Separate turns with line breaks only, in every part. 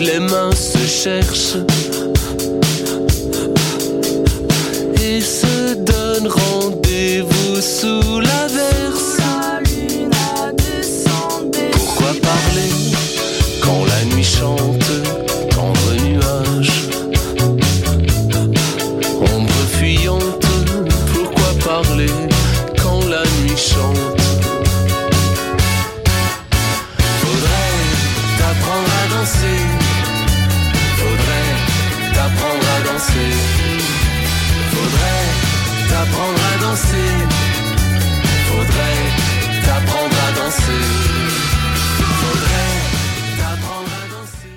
les mains se cherchent et se donnent rendez-vous sous la verse. Pourquoi parler quand la nuit chante, tendre nuage, ombre fuyante? Pourquoi parler quand la nuit chante? Faudrait t'apprendre à danser. Faudrait t'apprendre à danser. Faudrait t'apprendre à danser. Faudrait t'apprendre à danser. Faudrait t'apprendre à danser.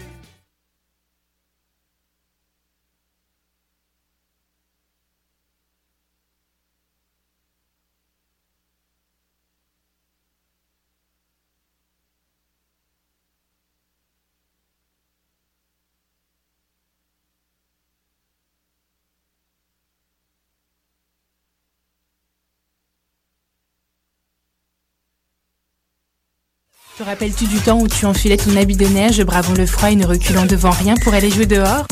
Te rappelles-tu du temps où tu enfilais ton habit de neige, bravant le froid et ne reculant devant rien pour aller jouer dehors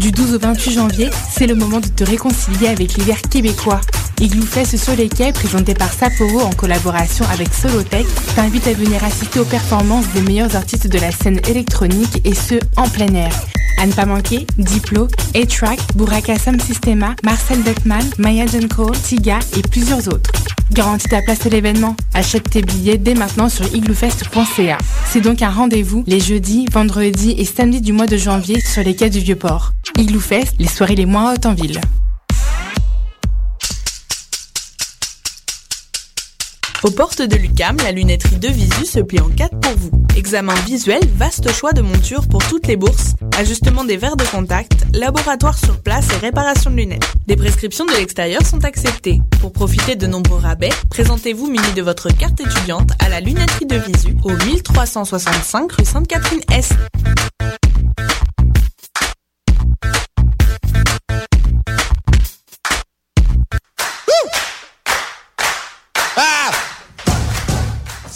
Du 12 au 28 janvier, c'est le moment de te réconcilier avec l'hiver québécois. Igloo Fest sur les quais, présenté par Sapporo en collaboration avec Solotech, t'invite à venir assister aux performances des meilleurs artistes de la scène électronique et ce, en plein air. À ne pas manquer, Diplo, A-Track, Burakassam Sistema, Marcel Beckman, Maya Junko, Tiga et plusieurs autres. Garantis ta place à l'événement. Achète tes billets dès maintenant sur igloofest.ca. C'est donc un rendez-vous les jeudis, vendredis et samedis du mois de janvier sur les quais du Vieux-Port. Igloo Fest, les soirées les moins hautes en ville.
Aux portes de l'UCAM, la lunetterie de Visu se plie en quatre pour vous. Examen visuel, vaste choix de montures pour toutes les bourses, ajustement des verres de contact, laboratoire sur place et réparation de lunettes. Des prescriptions de l'extérieur sont acceptées. Pour profiter de nombreux rabais, présentez-vous muni de votre carte étudiante à la lunetterie de Visu au 1365 rue Sainte-Catherine-Est.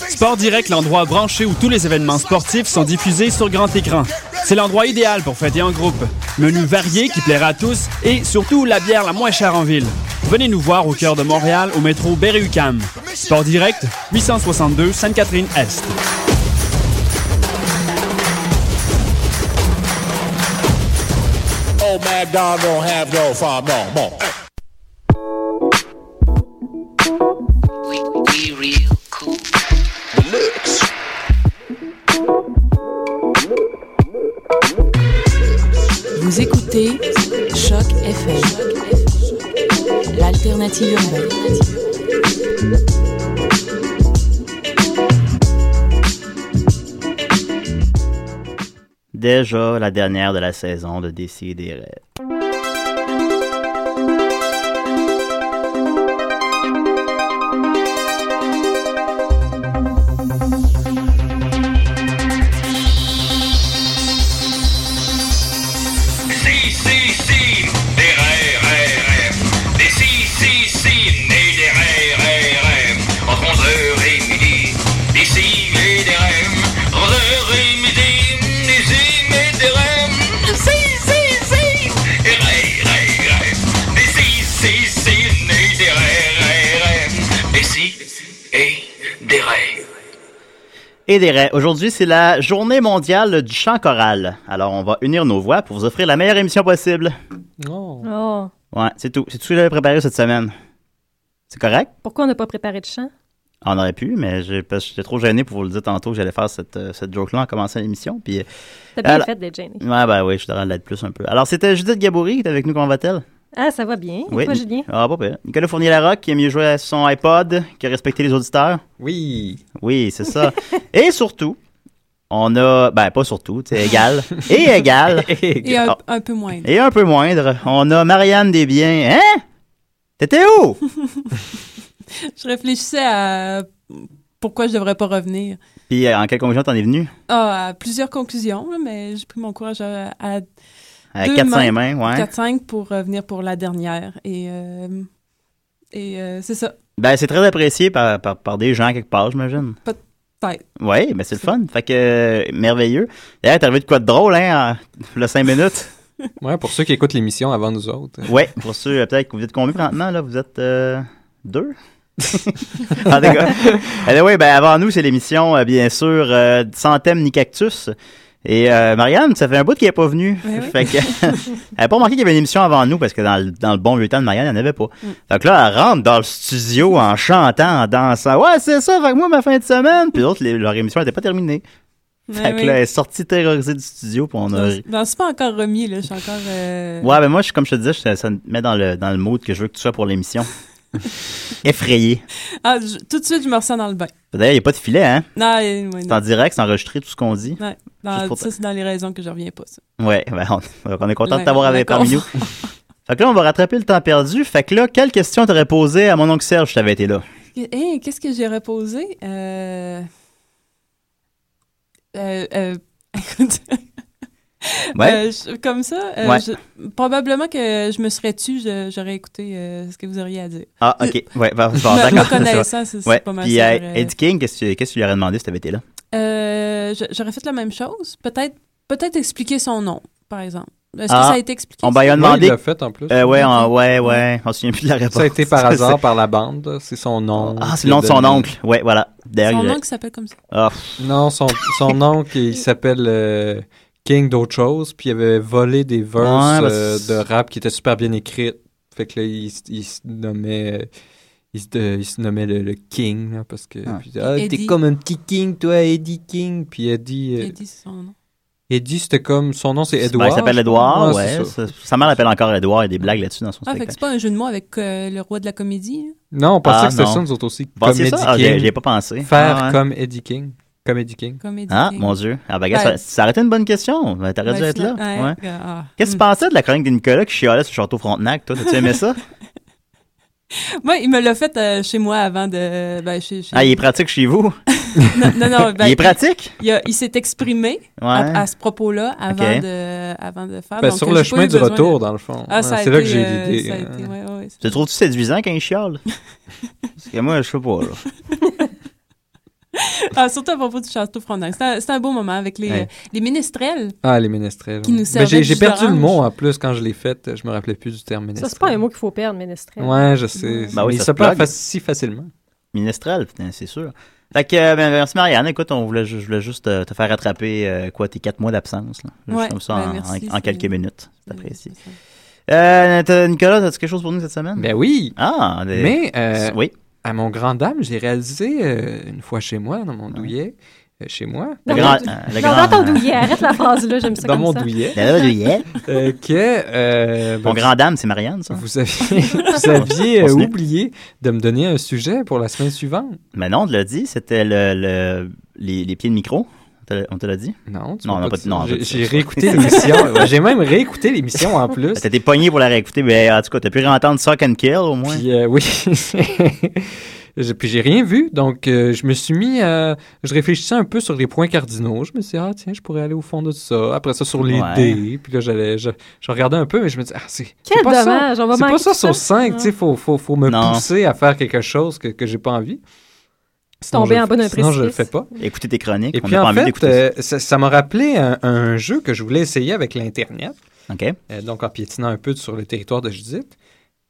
Sport Direct, l'endroit branché où tous les événements sportifs sont diffusés sur grand écran. C'est l'endroit idéal pour fêter en groupe. Menu varié qui plaira à tous et surtout la bière la moins chère en ville. Venez nous voir au cœur de Montréal au métro Berry-UQAM. Sport Direct, 862 Sainte-Catherine-Est.
Oh man, God don't have no farm, no, no.
We, we real cool. Deluxe.
Vous écoutez Choc FM, l'alternative urbaine.
Déjà la dernière de la saison de Décideret.
Si, si, si, des RRRM. Des si, si, si, nés des RRRM. Entre 11h et midi, des si et des REM. Entre 11h et midi, des si et des REM. Si, si, si, des RRRM. Des si, si, si, nés des RRRM. Des si et des RRRM.
Et des raies. Aujourd'hui, c'est la journée mondiale du chant choral. Alors, on va unir nos voix pour vous offrir la meilleure émission possible.
Oh.
Ouais, c'est tout. C'est tout ce que j'avais préparé cette semaine. C'est correct? Ah,
Pourquoi on n'a pas préparé de chant?
On aurait pu, mais j'ai- parce que j'étais trop gêné pour vous le dire tantôt que j'allais faire cette, euh, cette joke-là en commençant l'émission. Puis, euh,
T'as bien
alors-
fait d'être gêné.
Ouais, bah oui, je suis en train de l'être plus un peu. Alors, c'était Judith Gaboury qui était avec nous. Comment va-t-elle?
Ah, ça va bien. Et toi, Julien?
Ah, pas pire. Nicolas Fournier-Larocque qui a mieux joué à son iPod, qui a respecté les auditeurs.
Oui.
Oui, c'est ça. Et surtout, on a. Ben, pas surtout, c'est égal. Et égal. Ah,
Et un,
Ah.
un peu moins.
Et un peu moindre, on a Marianne Desbiens. Hein? T'étais où?
Je réfléchissais à pourquoi je devrais pas revenir.
Puis euh, en quelle conclusion t'en es venu?
Ah, à plusieurs conclusions, là, mais j'ai pris mon courage à, à,
À
deux
4-5 mains, ouais.
4-5 pour revenir pour la dernière. Et, euh, et euh, c'est ça.
Ben, c'est très apprécié par, par, par des gens quelque part, j'imagine.
tête.
Oui, mais c'est le fun. Fait que, euh, merveilleux. D'ailleurs, t'es arrivé de quoi de drôle, hein, en- le 5 minutes?
Ouais, pour ceux qui écoutent l'émission avant nous autres.
Oui, pour ceux, euh, peut-être que vous êtes combien maintenant, là? Vous êtes euh, deux? en tout cas. Anyway, ben, avant nous, c'est l'émission, euh, bien sûr, euh, sans thème ni cactus. Et euh, Marianne, ça fait un bout qu'elle n'est pas venue.
Ouais, ouais.
Fait que, elle n'a pas remarqué qu'il y avait une émission avant nous parce que dans le, dans le bon vieux temps de Marianne, il n'y en avait pas. Donc là, elle rentre dans le studio en chantant, en dansant. Ouais, c'est ça, fait que moi, ma fin de semaine. Puis l'autre, leur émission n'était pas terminée. Fait
Ouais,
que
Ah oui.
là, elle est sortie terrorisée du studio, puis on a ri.
Non, c'est pas encore remis, là. Je suis encore. euh,
Ouais, ben moi, je, comme je te disais, je- ça me met dans le, dans le mood que je veux que tu sois pour l'émission. Effrayé.
Ah, je- tout de suite, je me ressens dans le bain.
D'ailleurs, il n'y a pas de filet, hein?
Non, ouais, ouais,
C'est
non.
en direct, c'est enregistré, tout ce qu'on dit.
Ouais. Dans-
Juste pour
ça, c'est dans les raisons que je reviens pas. ça.
Ouais, ben on, on est content
Ouais,
de t'avoir
on est
avec parmi nous.
content.
fait que là, on va rattraper le temps perdu. Fait que là, quelle question t'aurais posée à mon oncle Serge si t'avais été là?
Hey, qu'est-ce que j'ai reposé? Euh... Euh, euh, écoute.
Ouais.
Euh, je- comme ça, euh,
Ouais.
je- probablement que je me serais tue, je- j'aurais écouté euh, ce que vous auriez à dire.
Ah, ok. Ouais, bah,
Me-
bon,
me
d'accord.
connaissant,
ça va.
c'est- c'est
Ouais.
pas mal euh,
Puis
ça,
à
j'aurais-
Ed King, qu'est-ce que tu- qu'est-ce que tu lui aurais demandé si t'avais été là?
Euh, je- j'aurais fait la même chose. Peut-être peut-être expliquer son nom, par exemple. Est-ce
Ah.
que ça a été expliqué?
On va lui a
Ouais,
demandé.
il l'a fait, en plus.
Euh, ouais, on-
Ok.
ouais, ouais. On se souvient plus de la réponse.
Ça a été par hasard par la bande. C'est son nom.
Ah, c'est le nom de son oncle. Ouais, voilà. D'ailleurs,
Son
il-
nom qui s'appelle comme ça.
Ah,
Non, son, son oncle, il s'appelle euh, King d'autre chose, puis il avait volé des verses
Ouais, bah,
euh,
c'est-
de rap qui étaient super bien écrites. Fait que là, il, s- il se nommait... euh, Il se, euh, il se nommait le, le King, là, parce que... puis, Ah, t'es
Eddie.
comme un petit King, toi, Eddie King. Puis Eddie... euh,
Eddie, c'est son nom.
Eddie, c'était comme... Son nom, c'est
Ben,
Edouard.
il s'appelle
je
Edouard,
pense.
ouais.
c'est ça.
Sa sa mère l'appelle encore Edouard. Il y a des blagues là-dessus dans son
Ah, fait
spectacle.
que c'est pas un jeu de mots avec euh, le roi de la comédie. hein?
Non, on pensait
Ah,
que c'était
non.
ça, nous autres aussi.
Vous pensiez
comme
ça?
Eddie
Ah, j'y-
King.
j'y ai pas pensé.
Faire
Ah, ouais.
comme Eddie King. Comme Eddie King.
Comme Eddie
Ah,
King.
mon Dieu. Ah, ben, gars,
Ben,
ça, ça aurait été une bonne question. Ben, T'aurais
Ben,
dû être là.
finalement,
Ouais.
ouais, gars, ah.
Qu'est-ce que tu pensais de la chronique de Nicolas qui chialait sur Château Frontenac? Toi, t'as-tu aimé ça?
Moi, il me l'a fait euh, chez moi avant de. Ben, chez, chez-
Ah, il est pratique chez vous.
Non, non, non, ben,
il est pratique?
Il, a- il s'est exprimé
Ouais.
à, à ce propos-là avant,
Ok.
de, avant de faire. Ah,
Ben,
Donc, euh,
sur
j'ai
le
pas
chemin
eu
du
besoin
retour, dans le fond.
Ah, ça
Ouais,
a
c'est là que
été,
j'ai eu
euh,
l'idée,
ça a
hein.
été, ouais, ouais, ouais.
Tu trouves-tu séduisant quand il chiale? Parce que moi, je sais pas, là.
Ah, surtout à propos du château Frontenac. C'était un- c'était un, beau moment avec les,
Ouais.
euh, les ménestrels.
Ah, les ménestrels.
Qui
ouais.
nous
Ben,
servaient
j'ai,
du
j'ai
jus
perdu le
d'orange.
mot en plus quand je l'ai fait. Je me rappelais plus du terme
Ça,
ménestrel.
c'est pas un mot qu'il faut perdre, ménestrel.
Ouais, je sais.
Bah oui,
Mais
ça
ça
se
pas
plug.
si facilement.
Minestrel, putain, c'est sûr. Fait que, euh, ben, merci Marianne. Écoute, on voulait, ju- je voulais juste euh, te faire rattraper, euh, quoi, tes quatre mois d'absence, là. Juste
Ouais,
comme ça,
ben,
en- en,
merci,
en
c'est-
quelques minutes. C'est apprécié. Euh, t'as- Nicolas, as-tu quelque chose pour nous cette semaine?
Ben oui.
Ah, des-
Mais euh,
oui.
à mon grand dame, j'ai réalisé euh, une fois chez moi, dans mon douillet, euh, chez moi.
Le grand- euh, le Non, grand- dans ton douillet, arrête la phrase, là, j'aime ça
Dans
comme
mon
ça.
douillet.
Dans le douillet.
Euh, que. euh,
Mon
ben,
grand dame, c'est Marianne, ça?
Hein.
Vous aviez, vous aviez,
On
euh,
se met-
oublié de me donner un sujet pour la semaine suivante.
Mais non, on te l'a dit, c'était le, le- les, les pieds de micro. On te l'a- On te l'a dit?
Non, tu
non,
m'as
on
pas
a pas
dit
dit- non, on a
ça.
pas
J'ai-
dit ça.
j'ai réécouté l'émission. J'ai même réécouté l'émission en plus.
T'as été Ben, pogné pour la réécouter, mais en tout cas, t'as pu réentendre Suck and Kill au moins.
Puis, euh, oui. Je- Puis j'ai rien vu, donc euh, je me suis mis à... Je réfléchissais un peu sur les points cardinaux. Je me suis dit, ah tiens, je pourrais aller au fond de ça. Après ça, sur les
Ouais.
dés. Puis là, j'allais, je, je regardais un peu, mais je me disais, ah, c'est
Quel
c'est pas
dommage,
ça.
on va
C'est pas
manquer
ça
tout ça.
sur 5, tu sais, faut, faut, faut me
Non.
pousser à faire quelque chose que, que j'ai pas envie. Sinon,
Tomber
je-
en bas d'un
Sinon, je le
précipice.
fais pas.
Écouter tes chroniques,
Et
on
puis
n'a pas
en
envie
fait,
d'écouter
euh, ça- ça m'a rappelé un, un jeu que je voulais essayer avec l'Internet.
OK.
Euh, donc en piétinant un peu sur le territoire de Judith.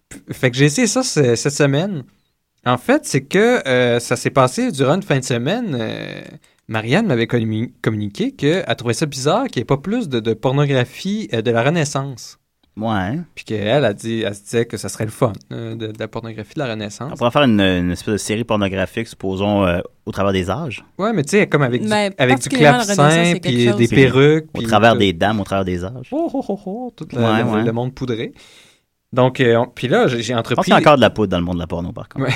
P- Fait que j'ai essayé ça ce- cette semaine. En fait, c'est que euh, ça s'est passé durant une fin de semaine. euh, Marianne m'avait commu- communiqué qu'elle trouvait ça bizarre qu'il n'y ait pas plus de, de pornographie euh, de la Renaissance.
ça. Ouais.
Puis qu'elle a dit, elle se disait que ça serait le fun, euh, de, de la pornographie de la Renaissance.
On pourrait faire une, une espèce de série pornographique, supposons, euh, au travers des âges.
Ouais, mais tu sais, comme avec du,
Mais
avec du
Ben, particulièrement la Renaissance,
clavecin,
c'est quelque
puis des
chose.
perruques.
Au
puis euh,
travers
tout.
des dames, au travers des âges.
Oh, oh, oh, oh, tout le,
Ouais,
le-
ouais.
le monde poudré. Donc, euh, on- puis là, j'ai j'ai
Je pense
entrepris...
qu'il y a encore de la poudre dans le monde de la porno, par contre.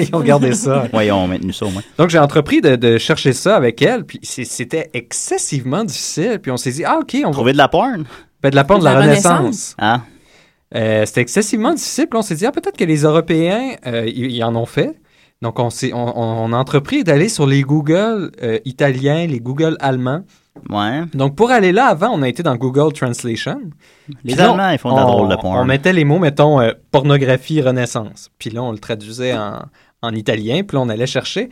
Ils ont gardé ça.
Ouais, ils ont maintenu ça au moins.
Donc, j'ai entrepris de, de chercher ça avec elle, puis c'est- c'était excessivement difficile. Puis on s'est dit, ah, OK, on va.
Trouver de la porn?
Ben, de la porte de la,
La
Renaissance.
Ah.
Euh, c'était excessivement difficile. Puis on s'est dit, ah, peut-être que les Européens, euh, ils ils en ont fait. Donc, on, s'est- on, on- on a entrepris d'aller sur les Google euh, italiens, les Google allemands.
Ouais.
Donc, pour aller là, avant, on a été dans Google Translation.
Les
Puis là,
Allemands, ils font de la
on-
drôle de porn.
On mettait les mots, mettons, euh, pornographie, renaissance. Puis là, on le traduisait en, en italien, puis là, on allait chercher.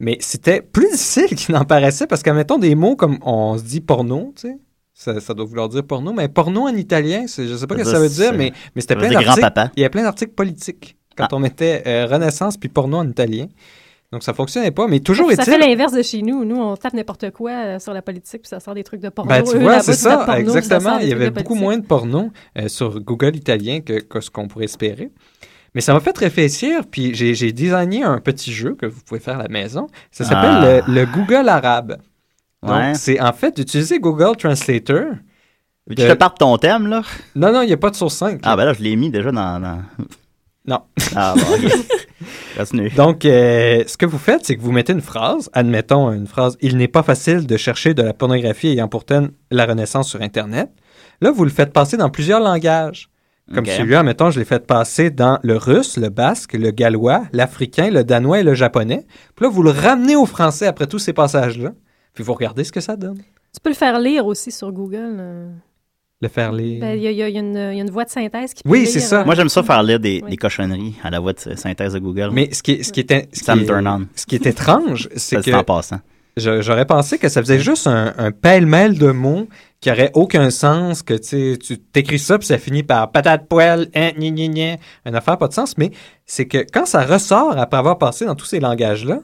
Mais c'était plus difficile qu'il n'en paraissait parce qu'en mettant des mots comme on se dit porno, tu sais. Ça, ça doit vouloir dire porno, mais porno en italien, c'est- je sais pas ce que ça veut dire, mais, mais c'était plein d'articles.
grands-papa.
Il y a plein d'articles politiques quand on mettait euh, Renaissance puis porno en italien. Donc ça fonctionnait pas, mais toujours
Ça fait
est-il.
l'inverse de chez nous. Nous, on tape n'importe quoi euh, sur la politique, puis ça sort des trucs de porno.
Ben, tu
Eux,
vois,
là-bas,
c'est
tu tapes
ça,
porno, puis
exactement.
sort des
Il y
trucs
avait
de
beaucoup
politique.
moins de porno euh, sur Google italien que, que ce qu'on pourrait espérer. Mais ça m'a fait réfléchir, puis j'ai j'ai designé un petit jeu que vous pouvez faire à la maison. Ça s'appelle le, le Google arabe. Donc,
Ah. Ouais.
c'est en fait d'utiliser Google Translator.
Tu te pars de ton thème, là?
Non, non, il n'y a pas de source 5.
Ah, ben là, je l'ai mis déjà dans. dans-
Non.
Ah, bon, ok. Continue.
Donc, euh, ce que vous faites, c'est que vous mettez une phrase, admettons une phrase, il n'est pas facile de chercher de la pornographie ayant pour thème la Renaissance sur Internet. Là, vous le faites passer dans plusieurs langages. Comme
Ok.
celui-là, admettons, je l'ai fait passer dans le russe, le basque, le gallois, l'africain, le danois et le japonais. Puis là, vous le ramenez au français après tous ces passages-là. Puis vous regardez ce que ça donne.
Tu peux le faire lire aussi sur Google. euh.
Le faire les...
Ben, Il y, a- il y a il y a une il y a une voix de synthèse qui peut lire, euh,
Moi, j'aime ça faire lire des,
Oui.
des cochonneries à la voix de synthèse de Google.
Mais ce qui est, ce qui est, ce
Ça
qui
me
est-
turn on.
Ce qui est étrange, c'est
Ça,
que
c'est en passant.
Je- J'aurais pensé que ça faisait juste un, un pêle-mêle de mots qui aurait aucun sens, que tu sais, tu t'écris ça puis ça finit par patate poêle, hein, gna, gna, gna, une affaire pas de sens, mais c'est que quand ça ressort après avoir passé dans tous ces langages-là,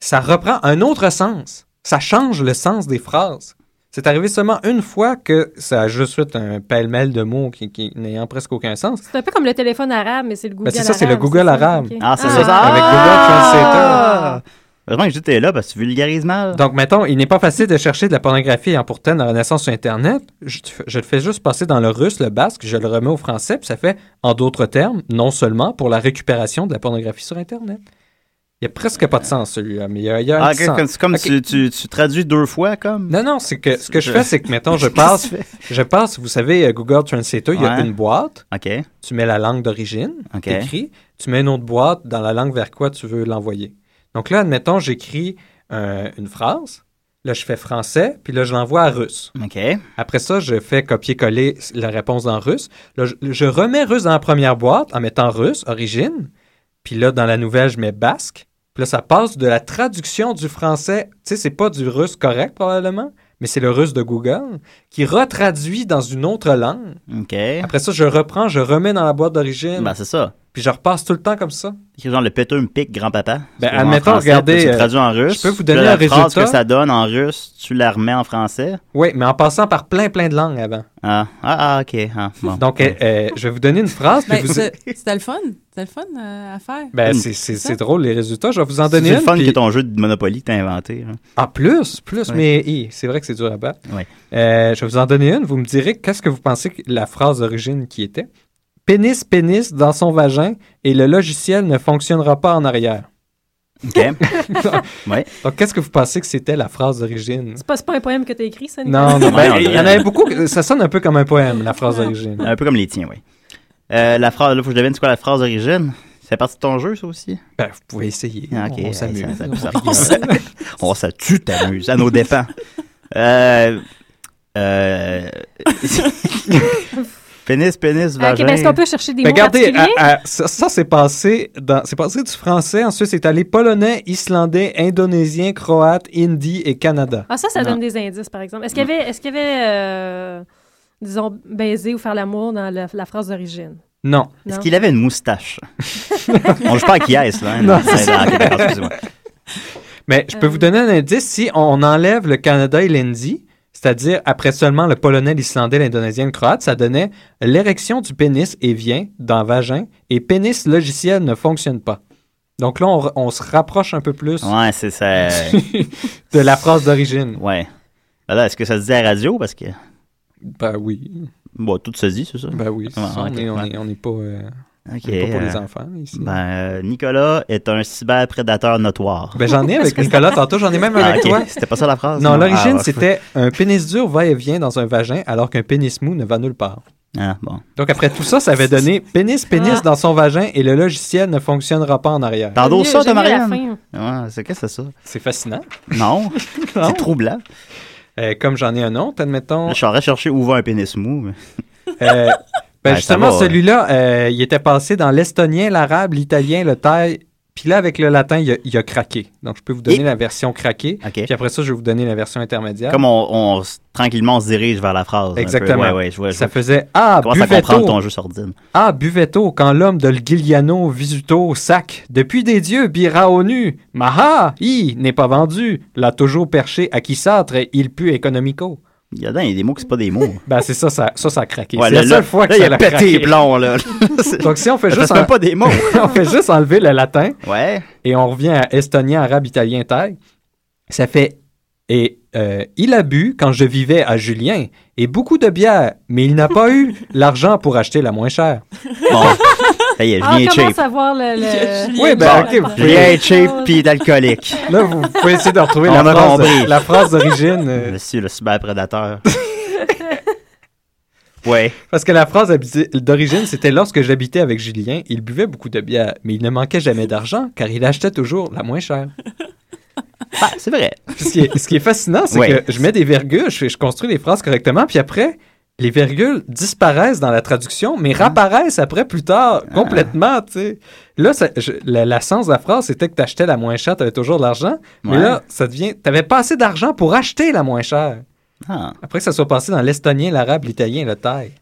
ça reprend un autre sens. Ça change le sens des phrases. C'est arrivé seulement une fois que ça a juste fait un pêle-mêle de mots qui, qui n'ayant presque aucun sens.
C'est un peu comme le téléphone arabe, mais c'est le Google
Ben, c'est ça, c'est le
arabe.
Google arabe.
ok.
Ah, c'est ça. Ah!
Avec Google Translator.
Heureusement que j'étais là parce que tu vulgarises mal.
Donc, mettons, il n'est pas facile de chercher de la pornographie en pourtant la Renaissance sur Internet. Je, te fais- je le fais juste passer dans le russe, le basque, je le remets au français, puis ça fait, en d'autres termes, non seulement pour la récupération de la pornographie sur Internet. Il n'y a presque pas de sens, celui-là, mais il y a, il y a un
Ah,
petit
ok,
sens.
comme, c'est comme
Ok.
tu, tu- tu traduis deux fois, comme.
Non, non, c'est que ce que je
Je-
fais, c'est que, mettons, je passe, je passe, vous savez, euh, Google Translator, il y a
Ouais.
une boîte,
OK.
tu mets la langue d'origine,
Ok.
t'écris, tu mets une autre boîte dans la langue vers quoi tu veux l'envoyer. Donc là, admettons, j'écris euh, une phrase, là, je fais français, puis là, je l'envoie à russe.
OK.
Après ça, je fais copier-coller la réponse dans russe. Là, je, je remets russe dans la première boîte en mettant russe, origine, puis là, dans la nouvelle, je mets basque. Puis là, ça passe de la traduction du français, tu sais, c'est pas du russe correct probablement, mais c'est le russe de Google, qui retraduit dans une autre langue.
OK.
Après ça, je reprends, je remets dans la boîte d'origine,
Ben, c'est ça.
puis je repasse tout le temps comme ça.
Écrit genre le péteux me pique grand-papa.
Ben,
C'est en
admettons,
français,
regardez,
puis
euh,
C'est traduit en russe.
je peux vous
Puis là,
donner un
la phrase
résultat.
que ça donne en russe, tu la remets en français.
Oui, mais en passant par plein, plein de langues avant.
Ah, ah, ah, OK. Ah, bon.
Donc, euh, euh, je vais vous donner une phrase, puis
Ben,
vous... e-,
c'est- C'était le fun. C'était le fun euh, à faire.
Ben, c'est- c'est
ça.
c'est drôle, les résultats. Je vais vous euh, en
c'est
donner
le
une,
fun
puis-
que ton jeu de Monopoly que t'as inventé. hein.
Ah, plus, plus,
Ouais.
mais hi, c'est vrai que c'est dur à battre.
Ouais.
Euh, je vais vous en donner une. Vous me direz qu'est-ce que vous pensez que la phrase d'origine qui était Pénis, pénis dans son vagin et le logiciel ne fonctionnera pas en arrière.
OK. ouais.
Donc, qu'est-ce que vous pensez que c'était la phrase d'origine
C'est pas, c'est pas un poème que t'as écrit, ça,
Non,
Nicolas?
non,
Ouais,
ben,
on
il y en
dirait.
avait beaucoup. que- Ça sonne un peu comme un poème, la phrase d'origine.
Un peu comme les tiens, oui. Euh, la phrase, là, faut que je devine c'est quoi la phrase d'origine. C'est parti de ton jeu, ça aussi?
Ben, vous pouvez essayer.
Ah, ok.
On s'amuse. Ben,
Ça- ça-
On
ça-
rigole.
On Oh, ça tue, t'amuses, à nos dépens. Euh, euh, pénis, pénis,
Ah,
vagin.
Ok, ben, est-ce qu'on peut chercher des
Ben,
mots
regardez,
particuliers?
à- à- ça, ça, c'est passé, dans- c'est passé du français, ensuite c'est allé polonais, islandais, indonésien, croate, hindi et Canada.
Ah, ça, ça
Non.
donne des indices, par exemple. Est-ce qu'il y avait, est-ce qu'il y avait euh, disons, baiser ou faire l'amour dans la, la phrase d'origine?
Non.
Non.
Est-ce qu'il avait une moustache? On joue pas à qui est-ce, là. hein,
Non.
c'est- ah, ok, d'accord, excuse-moi.
Mais je peux
Euh.
vous donner un indice si on enlève le Canada et l'Indie, c'est-à-dire après seulement le polonais, l'islandais, l'indonésien, le croate, ça donnait l'érection du pénis et vient dans vagin et pénis logiciel ne fonctionne pas. Donc là, on, re- on se rapproche un peu plus
Ouais, c'est ça. euh,
de la phrase d'origine.
Ouais. Ben là, est-ce que ça se dit à la radio? Parce que,
Ben oui,
bon, tout se dit, c'est ça?
ben oui, c'est
Ouais,
ça, on
ok,
est- on
ouais.
n'est pas, euh,
Ok.
on est pas pour les
euh,
enfants ici.
ben, euh, Nicolas est un cyberprédateur notoire.
Ben, j'en ai avec Nicolas tantôt, j'en ai même
Ah,
avec
ok.
toi.
C'était pas ça la phrase?
Non, l'origine,
Ah, ouais.
c'était un pénis dur va et vient dans un vagin alors qu'un pénis mou ne va nulle part.
Ah, bon.
Donc après tout ça, ça avait donné pénis, pénis
Ah.
dans son vagin et le logiciel ne fonctionnera pas en arrière.
T'as
J'aime
endos
mieux-
ça, toi,
j'aime mieux la
Marianne?
fin.
Ouais, c'est qu'est-ce que c'est ça?
C'est fascinant.
Non,
Non.
c'est troublant.
Euh, comme j'en ai un autre, admettons.
Là, je suis en train de chercher où va un pénis mou. mais-
euh, ben,
Ouais, ça
justement,
va, ouais.
celui-là, euh, il était passé dans l'estonien, l'arabe, l'italien, le thaï, Puis là, avec le latin, il a, il a craqué. Donc, je peux vous donner la version craquée. Puis après ça, je vais vous donner la version intermédiaire.
Comme on, on s- tranquillement on se dirige vers la phrase. un peu.
Exactement.
Ouais, ouais, je vois, je
ça
vois.
faisait Ah,
Je commence à
Buvetto.
comprendre ton jeu sordide.
Ah, Buvetto, quand l'homme de Gigliano Visuto sac, depuis des dieux, bira au nu. Maha, i, n'est pas vendu. L'a toujours perché à qui sâtre, il pue économico.
Il y a des mots qui sont pas des mots.
ben, c'est ça, ça, ça, ça a craqué.
Ouais,
c'est la
là,
seule
là,
fois que
là,
ça
il a
l'a
pété
craqué.
les plombs, là.
Donc, si on fait
Ça
juste.
fait même pas des mots.
on fait juste enlever le latin. Et on revient à estonien, arabe, italien, thaï. Ça fait. Et euh, il a bu quand je vivais à Julien et beaucoup de bière, mais il n'a pas eu l'argent pour acheter la moins chère.
Bon. Ça y est,
Ah, on commence à voir le... le-
Oui, ben,
le-
ok, vous
le-
pouvez-
Rien de cheap puis il est alcoolique.
Là, vous pouvez essayer de retrouver
On
la
a
phrase,
compris.
la phrase d'origine. euh,
Monsieur le cyberprédateur. ouais.
Parce que la phrase habi- d'origine, c'était lorsque j'habitais avec Julien, il buvait beaucoup de bière, mais il ne manquait jamais d'argent car il achetait toujours la moins chère.
Ben, c'est vrai.
Ce qui est, ce qui est fascinant, c'est
Ouais.
que je mets des virgules, je, fais- je construis les phrases correctement, puis après, les virgules disparaissent dans la traduction, mais réapparaissent après plus tard, complètement, tu sais. Là, ça- je- la, la sens de la phrase, c'était que t'achetais la moins chère, t'avais toujours de l'argent, mais
Ouais.
là, ça devient, t'avais pas assez d'argent pour acheter la moins chère.
Ah.
Après que ça soit passé dans l'estonien, l'arabe, l'italien, le thaï.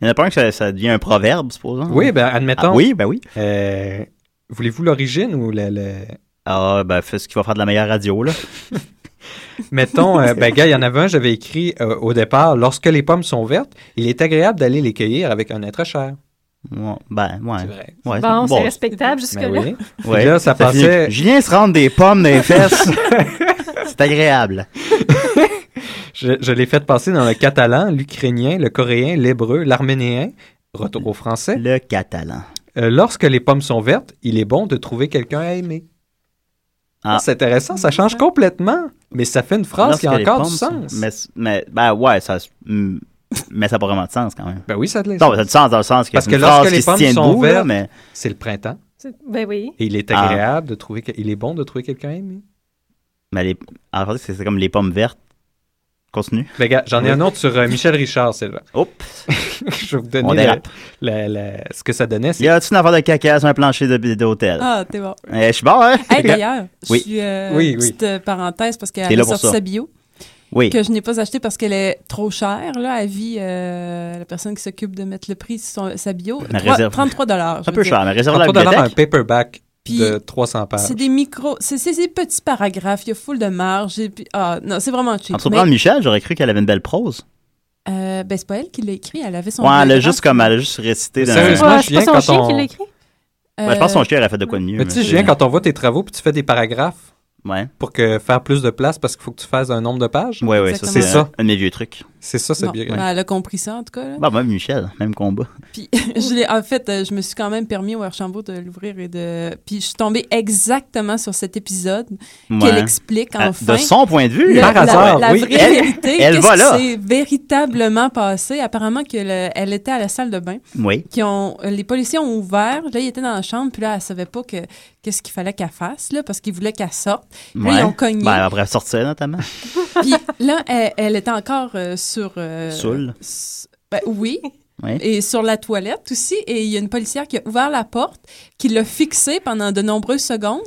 Il y en a pas un que ça, ça devient un proverbe, supposons.
Oui, ben, admettons. euh,
Ah, oui, ben oui.
Voulez-vous l'origine ou le.
Ah, ben, fais ce qui va faire de la meilleure radio, là.
Mettons, euh, ben, gars, il y en avait un, j'avais écrit euh, au départ, lorsque les pommes sont vertes, il est agréable d'aller les cueillir avec un être cher.
Ouais, ben, ouais.
C'est vrai.
Ouais,
Bon, c'est respectable jusque-là.
Ben oui. Puis
Ouais.
là, ça
finit-
passait-
Julien se rend des pommes dans les fesses. c'est agréable.
Je, je l'ai fait passer dans le catalan, l'ukrainien, le coréen, l'hébreu, l'arménien. Retour au français. Euh,
Le catalan.
lorsque les pommes sont vertes, il est bon de trouver quelqu'un à aimer. Ah, C'est intéressant, ça change complètement, mais ça fait une phrase qui a
Lorsque les
encore du
pommes
sens.
sont- Mais, mais, ben, ouais, ça. s- mm, Mais ça n'a pas vraiment de sens quand même.
Ben oui, ça a de
Non, mais ça a du sens dans le sens que
Parce
c'est
que
une
lorsque
phrase
les
qui se
pommes
tient
sont
debout, là,
vertes,
mais.
c'est le printemps.
C'est- Ben oui.
Et il est
Ah.
agréable de trouver. que- Il est bon de trouver quelqu'un à aimer.
Mais les... en fait, c'est c'est comme les pommes vertes. Continue.
Ben, gars, j'en ai
Oui.
un autre sur euh, Michel Richard, c'est là. Je vais vous
On
donner la-
dérape.
la- la- ce que ça donnait.
Y a-tu une affaire de caca sur un plancher de- d'hôtel?
Ah, t'es bon.
Eh, je suis bon, hein?
Hey, d'ailleurs,
Oui.
je suis euh,
Oui, oui.
petite euh, parenthèse parce
T'es
qu'elle
là
a
pour
sorti
ça.
sa bio.
Oui.
Que je n'ai pas acheté parce qu'elle est trop chère, là, à vie, euh, la personne qui s'occupe de mettre le prix sur son- sa bio.
La
Trois-
réserve.
33 dollars.
Un peu cher, mais réserve la
33 dollars,
bibliothèque.
un paperback
Puis,
de 300 pages.
C'est des micros, c'est c'est des petits paragraphes, il y a full de marge. et puis- ah, non, c'est vraiment cheap.
Entreprendre
Mais,
Michel, j'aurais cru qu'elle avait une belle prose.
euh, ben, c'est pas elle qui l'a écrit, elle avait son.
Ouais, elle a
biographe.
juste comme elle a juste récité d'un.
Sérieusement,
Ouais,
je
c'est pas
viens
son
quand
chien
on...
qui l'a écrit? hein.
Ben,
Euh,
je pense que son chien, elle a fait de quoi de mieux.
Mais tu sais, Julien, quand on voit tes travaux puis tu fais des paragraphes pour que faire plus de place parce qu'il faut que tu fasses un nombre de pages.
Ouais, ouais, ça,
c'est
c'est un,
ça.
un de mes vieux trucs.
C'est ça,
Bon, ben, elle a compris ça, en tout cas. là.
Bah, même Michel, même combat.
Puis, je l'ai, en fait, euh, je me suis quand même permis au Archambault de l'ouvrir et de. Puis, je suis tombée exactement sur cet épisode qu'elle
Ouais.
explique
Ah,
enfin.
de son point de vue,
Le-
par
la,
hasard,
la
oui.
vraie
Elle-
vérité,
elle
qu'est-ce
va là.
qui s'est véritablement passé. Apparemment, que le- elle était à la salle de bain.
Oui.
Qui ont, euh, les policiers ont ouvert. Là, ils étaient dans la chambre. Puis là, elle savait pas que, qu'est-ce qu'il fallait qu'elle fasse, là, parce qu'ils voulaient qu'elle sorte. Puis là,
Ouais.
ils ont cogné.
Ben, après sortir, notamment.
Puis là, elle, elle était encore euh, sur. euh,
Saoule.
s- ben oui.
Ouais.
Et sur la toilette aussi. Et il y a une policière qui a ouvert la porte, qui l'a fixée pendant de nombreuses secondes.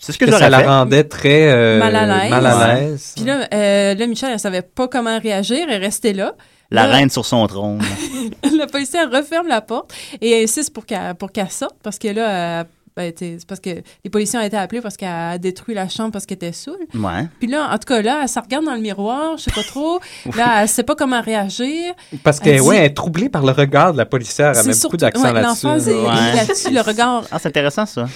C'est
que
ça
j'aurais
la
fait.
rendait très euh,
mal à l'aise.
mal à l'aise.
Puis là, euh, là, Michel, elle savait pas comment réagir. Elle restait là.
La
Là,
reine sur son trône.
la policière referme la porte et insiste pour qu'elle pour qu'elle sorte parce que là, euh, ben, t'sais, c'est parce que les policiers ont été appelés parce qu'elle a détruit la chambre parce qu'elle était saoule.
Ouais.
Puis là, en tout cas, là, elle se regarde dans le miroir, je sais pas trop. là, elle sait pas comment réagir.
Parce
Elle
qu'elle ouais,
dit-
elle est troublée par le regard de la policière. Elle
C'est
met beaucoup
surtout-
d'accent
ouais,
là-dessus.
l'emphase est- est
Ouais.
là-dessus, le regard
Ah, c'est intéressant, ça.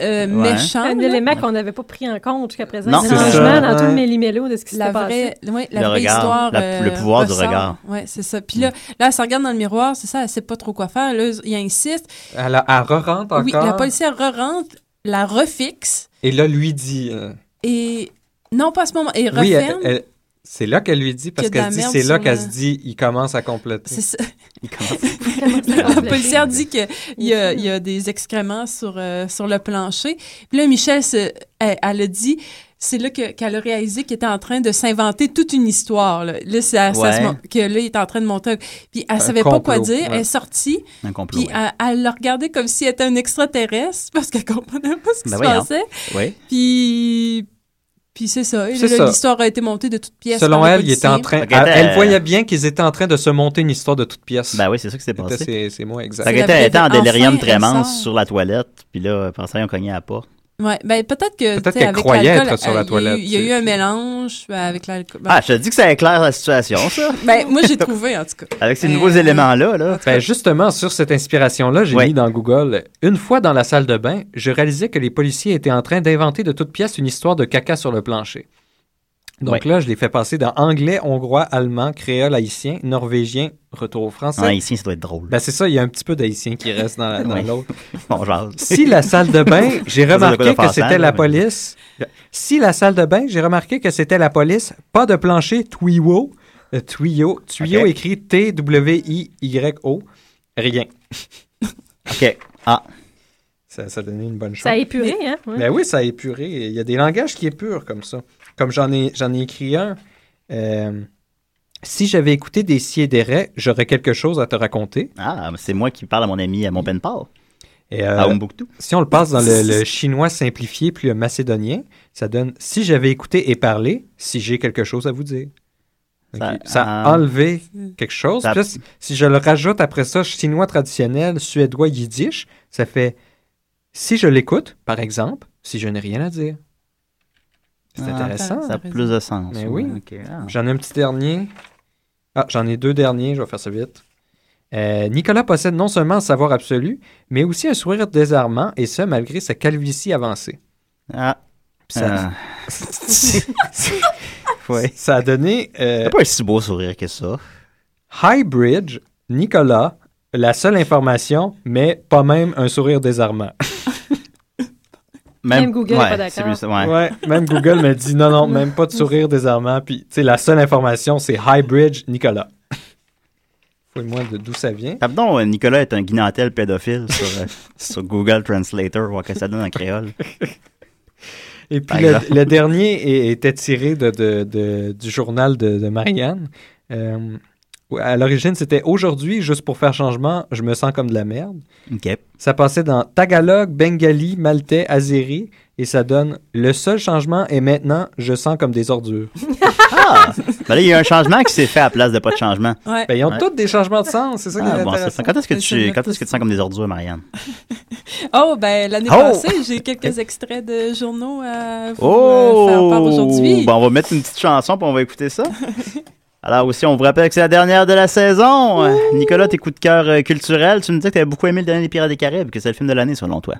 euh,
Ouais.
méchant.
un
là.
élément qu'on n'avait pas pris en compte jusqu'à présent.
Non,
C'est
c'est ça.
Franchement, dans tout le
Ouais.
méli-mélo de ce qui
Euh, la
s'est
vraie,
passé.
ouais, la
Le
vraie
regard,
histoire.
la- le pouvoir du regard.
Oui, c'est ça. Puis là, là, elle se regarde dans le miroir, c'est ça, elle sait pas trop quoi faire. Là, il insiste.
Elle, a- elle re-rentre encore.
Oui, la policière re-rentre, la refixe
Et là, lui dit. euh,
et. Non, pas à ce moment. Et
oui, elle-
referme.
elle- c'est là qu'elle lui dit, parce
Qu'il y a
qu'elle
de
dit,
la
c'est
merde
là
sur
qu'elle
le-
se dit, il commence à compléter.
C'est ça.
Il commence
la policière dit qu'il y, a- il y a des excréments sur, euh, sur le plancher. Puis là, Michel, se- elle, elle a dit c'est là que- qu'elle a réalisé qu'il était en train de s'inventer toute une histoire. Là, Là, c'est à- c'est à ce
Ouais.
moment- que là, il est en train de monter. un- Puis elle
Un
savait pas quoi
complot,
dire.
ouais.
Elle est sortie.
Un complot.
Puis
ouais.
elle, elle le regardait comme s'il était un extraterrestre parce qu'elle comprenait pas ce qui
Ben
se
voyons.
passait.
Oui.
Puis, puis c'est ça. Et
C'est
là,
ça.
L'histoire a été montée de toutes pièces.
Selon
par les
elle, il était en
policiers.
train.
Fait
Elle,
qu'elle était-
elle voyait bien qu'ils étaient en train de se monter une histoire de toute pièce.
euh, Ben oui, c'est ça que c'est passé.
C'est c'est moi, exact.
Fait qu'elle était, elle était en
Enfin,
délirium
elle
trémence
sort.
sur la toilette, puis là, par ça, ils ont cogné à la porte.
Ouais, ben peut-être que
Peut-être
tu sais,
qu'elle
avec
croyait
l'alcool,
être sur la
euh, il y a eu-
toilette,
Il y a
tu
eu
sais,
un mélange ben, avec l'alcool. Ben,
Ah, je te dis que ça éclaire la situation, ça.
ben, moi j'ai trouvé en tout cas.
Avec ces
Euh,
nouveaux éléments-là, là.
Ben, justement, sur cette inspiration-là, j'ai mis dans Google Une fois dans la salle de bain, je réalisais que les policiers étaient en train d'inventer de toutes pièces une histoire de caca sur le plancher. Donc
Ouais.
là, je l'ai fait passer dans anglais, hongrois, allemand, créole, haïtien, norvégien, retour au français.
Ah, ici, ça doit être drôle.
Ben, c'est ça, il y a un petit peu d'haïtien qui reste dans la- dans
Ouais.
l'autre.
Bon, genre.
Si la salle de bain, j'ai
Ça, ça doit
remarqué
être
que
offensant,
c'était
là,
la
mais-
police. Si la salle de bain, j'ai remarqué que c'était la police. Pas de plancher, tuyau. Euh, tuyau. Tuyau
Ok.
écrit T-W-I-Y-O. Rien.
OK. Ah.
Ça, ça donnait une bonne chose.
Ça a épuré, hein? ouais.
Ben oui, ça a épuré. Il y a des langages qui épurent comme ça. Comme j'en ai, j'en ai écrit un. euh, si j'avais écouté des si et des raies, j'aurais quelque chose à te raconter.
Ah, c'est moi qui parle à mon ami à mon penpal.
Et, euh,
À Umbuktu.
Si on le passe dans le, le chinois simplifié puis le macédonien, ça donne si j'avais écouté et parlé, si j'ai quelque chose à vous dire. Ok, Ça,
Ça-
a
ah.
enlevé quelque chose.
Ça-
Puis là, si- si je le rajoute après ça, chinois traditionnel, suédois, yiddish, ça fait si je l'écoute, par exemple, si je n'ai rien à dire. C'est
Ah,
intéressant.
Ça a plus de sens.
Mais oui.
OK. ah.
J'en ai un petit dernier. Ah, j'en ai deux derniers, je vais faire ça vite. Euh, Nicolas possède non seulement un savoir absolu, mais aussi un sourire désarmant, et ce, malgré sa calvitie avancée.
Ah.
Puis ça,
Ouais.
ça a donné... euh,
T'as pas un si beau sourire que ça.
High Bridge, Nicolas, la seule information, mais pas même un sourire désarmant.
Même- Même
Google est
ouais,
pas d'accord. c'est mieux ça, ouais.
même Google me dit non, non, même pas de sourire désarmant. Puis, tu sais, la seule information, c'est High Bridge, Nicolas. Fouille-moi de- d'où ça vient.
Tape donc, euh, Nicolas est un guinantel pédophile sur, euh, sur Google Translator, voir que ça donne en créole.
Et puis
Par
le,
exemple.
le dernier est- était tiré de, de- de- du journal de, de Marianne. Euh, ouais, à l'origine, c'était aujourd'hui, juste pour faire changement, je me sens comme de la merde.
OK.
Ça passait dans Tagalog, Bengali, Maltais, Azéri, et ça donne le seul changement est maintenant, je sens comme des ordures.
Ben là, il y a un changement qui s'est fait à la place de pas de changement.
Ben, ils ont
Ouais.
tous des changements de sens, c'est ça qui est
Ah, bon,
intéressant.
c'est ça. Quand est-ce que,
Ça me
tu, quand est-ce que tu sens comme des ordures, Marianne?
Oh, ben l'année
Oh!
passée, j'ai quelques extraits de journaux à vous euh, faire part aujourd'hui.
Oh! Bon, on va mettre une petite chanson puis on va écouter ça. Alors aussi, on vous rappelle que c'est la dernière de la saison. Euh, Nicolas, tes coups de cœur euh, culturels, tu me disais que tu beaucoup aimé Le Dernier des Pirates des Caraïbes, que c'est le film de l'année selon toi.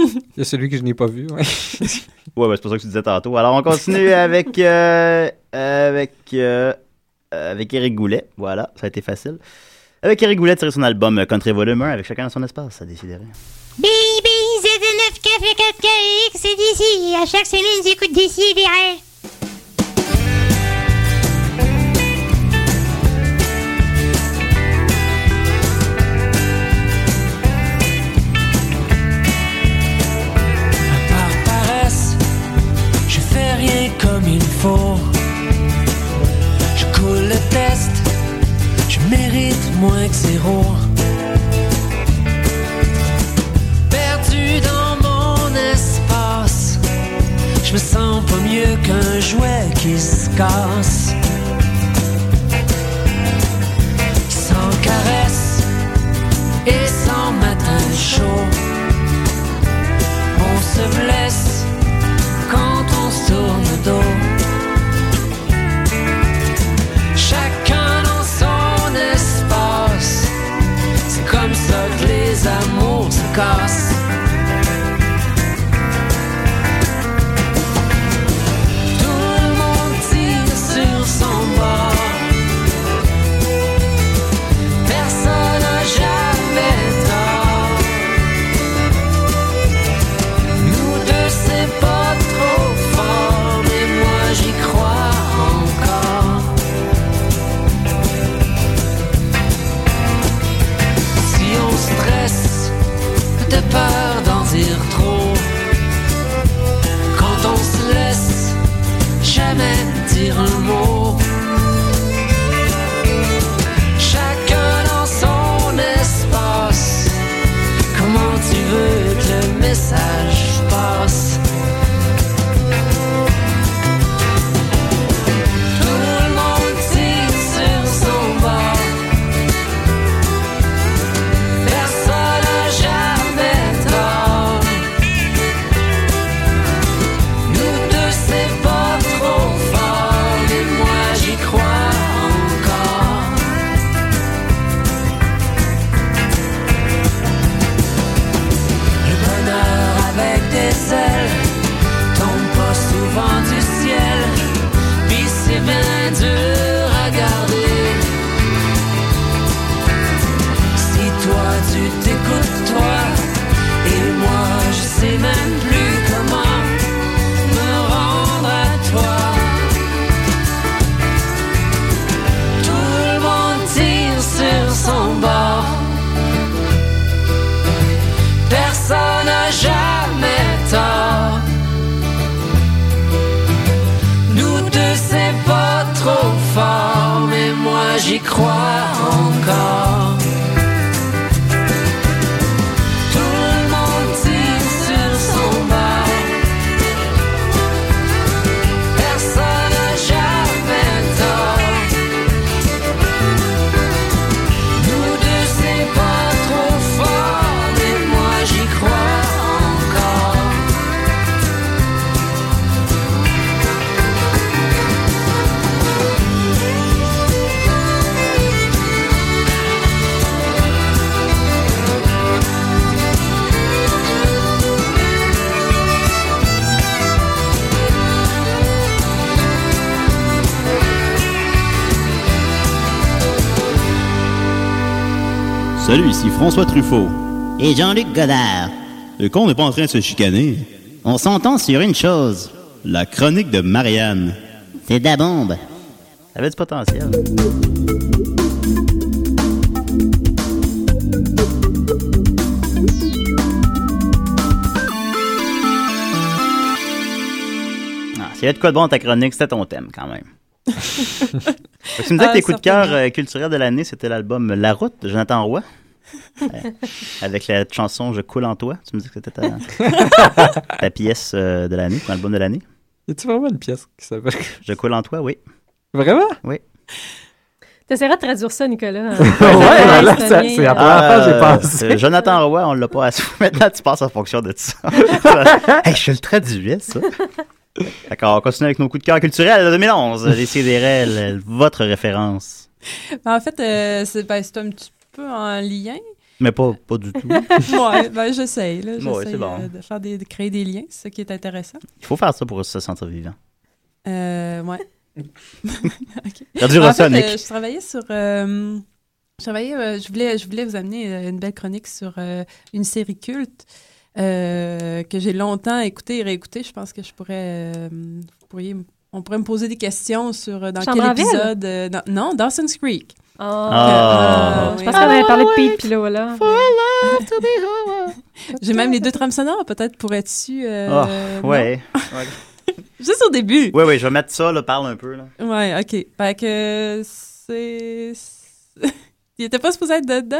Il y a celui que je n'ai pas vu. ouais.
Ouais, ben, c'est pour ça que tu disais tantôt. Alors on continue avec euh, avec euh, avec Eric Goulet. Voilà, ça a été facile. Avec Eric Goulet, tiré son album euh, Country Volume 1, avec chacun dans son espace, ça déciderait.
Baby, c'est de 9 café 4 KX, c'est d'ici. À chaque semaine, j'écoute d'ici et verrai.
par paresse, je fais rien comme il faut. Je coule le test, je mérite moins que zéro. Perdu dans mon espace, je me sens pas mieux qu'un jouet qui se casse. Sans caresse et sans matin chaud. On se blesse quand on se tourne le dos. Chacun dans son espace. C'est comme ça que les amours se cassent. Tout le monde tire sur son bien dur à garder. Si toi tu t'écoutes toi, et moi je sais même plus comment me rendre à toi. Tout le monde tire sur son bord. Personne n'a jamais tort. Nous deux, c'est pas trop fort, mais moi j'y crois encore. Tout le monde tire sur son bord. Personne n'a jamais tort. Nous deux, c'est pas trop fort, mais moi j'y crois encore.
Salut, ici François Truffaut.
Et Jean-Luc Godard,
Le con n'est pas en train de se chicaner.
on s'entend sur une chose.
La chronique de Marianne.
C'est de la bombe.
Ça avait du potentiel. Ah, S'il y a de quoi de bon dans ta chronique, c'était ton thème quand même. Fait que tu me disais
Ah,
que tes coups de cœur
certainement.
euh, culturels de l'année, c'était l'album La Route de Jonathan Roy. Euh, avec la chanson Je coule en toi. Tu me disais que c'était ta, ta pièce euh, de l'année, ton album de l'année.
Y a-tu vraiment une pièce qui s'appelle
Je coule en toi, oui.
Vraiment?
Oui.
T'essaieras de traduire ça, Nicolas. hein.
voilà, ça, c'est la première fois que j'ai
Ah,
pensé.
euh, Jonathan Roy, on l'a pas à Maintenant, tu passes en fonction de ça. hey, je le traduisais, ça. D'accord, on continue avec nos coups de cœur culturels de 2011. Les CDRL, votre référence.
Ben, en fait, euh, c'est ben, c'est un petit peu en lien.
Mais pas, pas du tout.
ouais, ben, j'essaye. là,
Ouais,
j'essaye,
c'est bon.
euh, de, faire des, de créer des liens, c'est ça qui est intéressant.
Il faut faire ça pour se sentir vivant.
Euh, ouais. OK.
Traduire
En
ça,
fait,
Nick.
euh, je travaillais sur. euh, je, travaillais, euh, je, voulais, je voulais vous amener euh, une belle chronique sur euh, une série culte euh, que j'ai longtemps écoutée et réécoutée. Je pense que je pourrais. euh, vous pourriez m- on pourrait me poser des questions sur euh, dans
Chambre en
quel
ville?
épisode. euh, dans- non, Dawson's Creek. Euh,
Ah. Je pensais qu'on avait parlé de Pete Pillow, là.
J'ai même les deux trames sonores, peut-être pourrais-tu. euh,
oh, ouais.
non? Juste au début.
Oui, oui, je vais mettre ça, là, parle un peu. Là.
Ouais, ok. Fait que c'est. c'est- Il était pas supposé être dedans?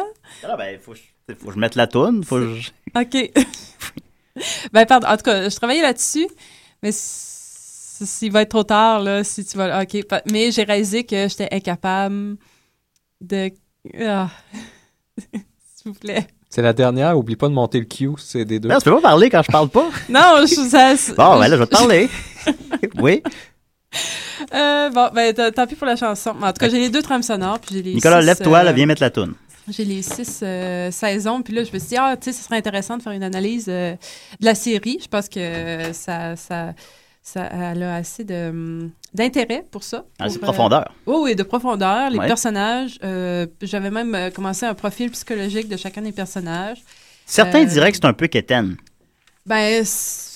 Ah, ben, faut, que je- faut que je mette la toune. Faut que je-
OK. ben, pardon. En tout cas, je travaillais là-dessus, mais s- s'il va être trop tard, là, si tu vas. OK. pa- Mais j'ai réalisé que j'étais incapable de. Ah. S'il vous plaît.
C'est la dernière, oublie pas de monter le Q, c'est des deux.
Non, tu peux pas parler quand je parle pas.
Non, je ça.
Bon, ben là, je vais te parler. oui.
Euh, bon, ben, t- tant pis pour la chanson. Mais En tout cas, j'ai les deux trames sonores, puis j'ai les.
Nicolas,
six,
lève-toi, là,
euh,
viens mettre la toune.
J'ai les six euh, saisons, puis là, je me suis dit, ah, tu sais, ce serait intéressant de faire une analyse euh, de la série. Je pense que euh, ça, ça, ça elle a assez de, hum, d'intérêt pour ça.
Ah, c'est
Pour,
profondeur.
euh, oui, oui, de profondeur, les
Ouais.
personnages. euh, J'avais même euh, commencé un profil psychologique de chacun des personnages.
Certains
Euh,
diraient que c'est un peu quétaine.
Ben, s-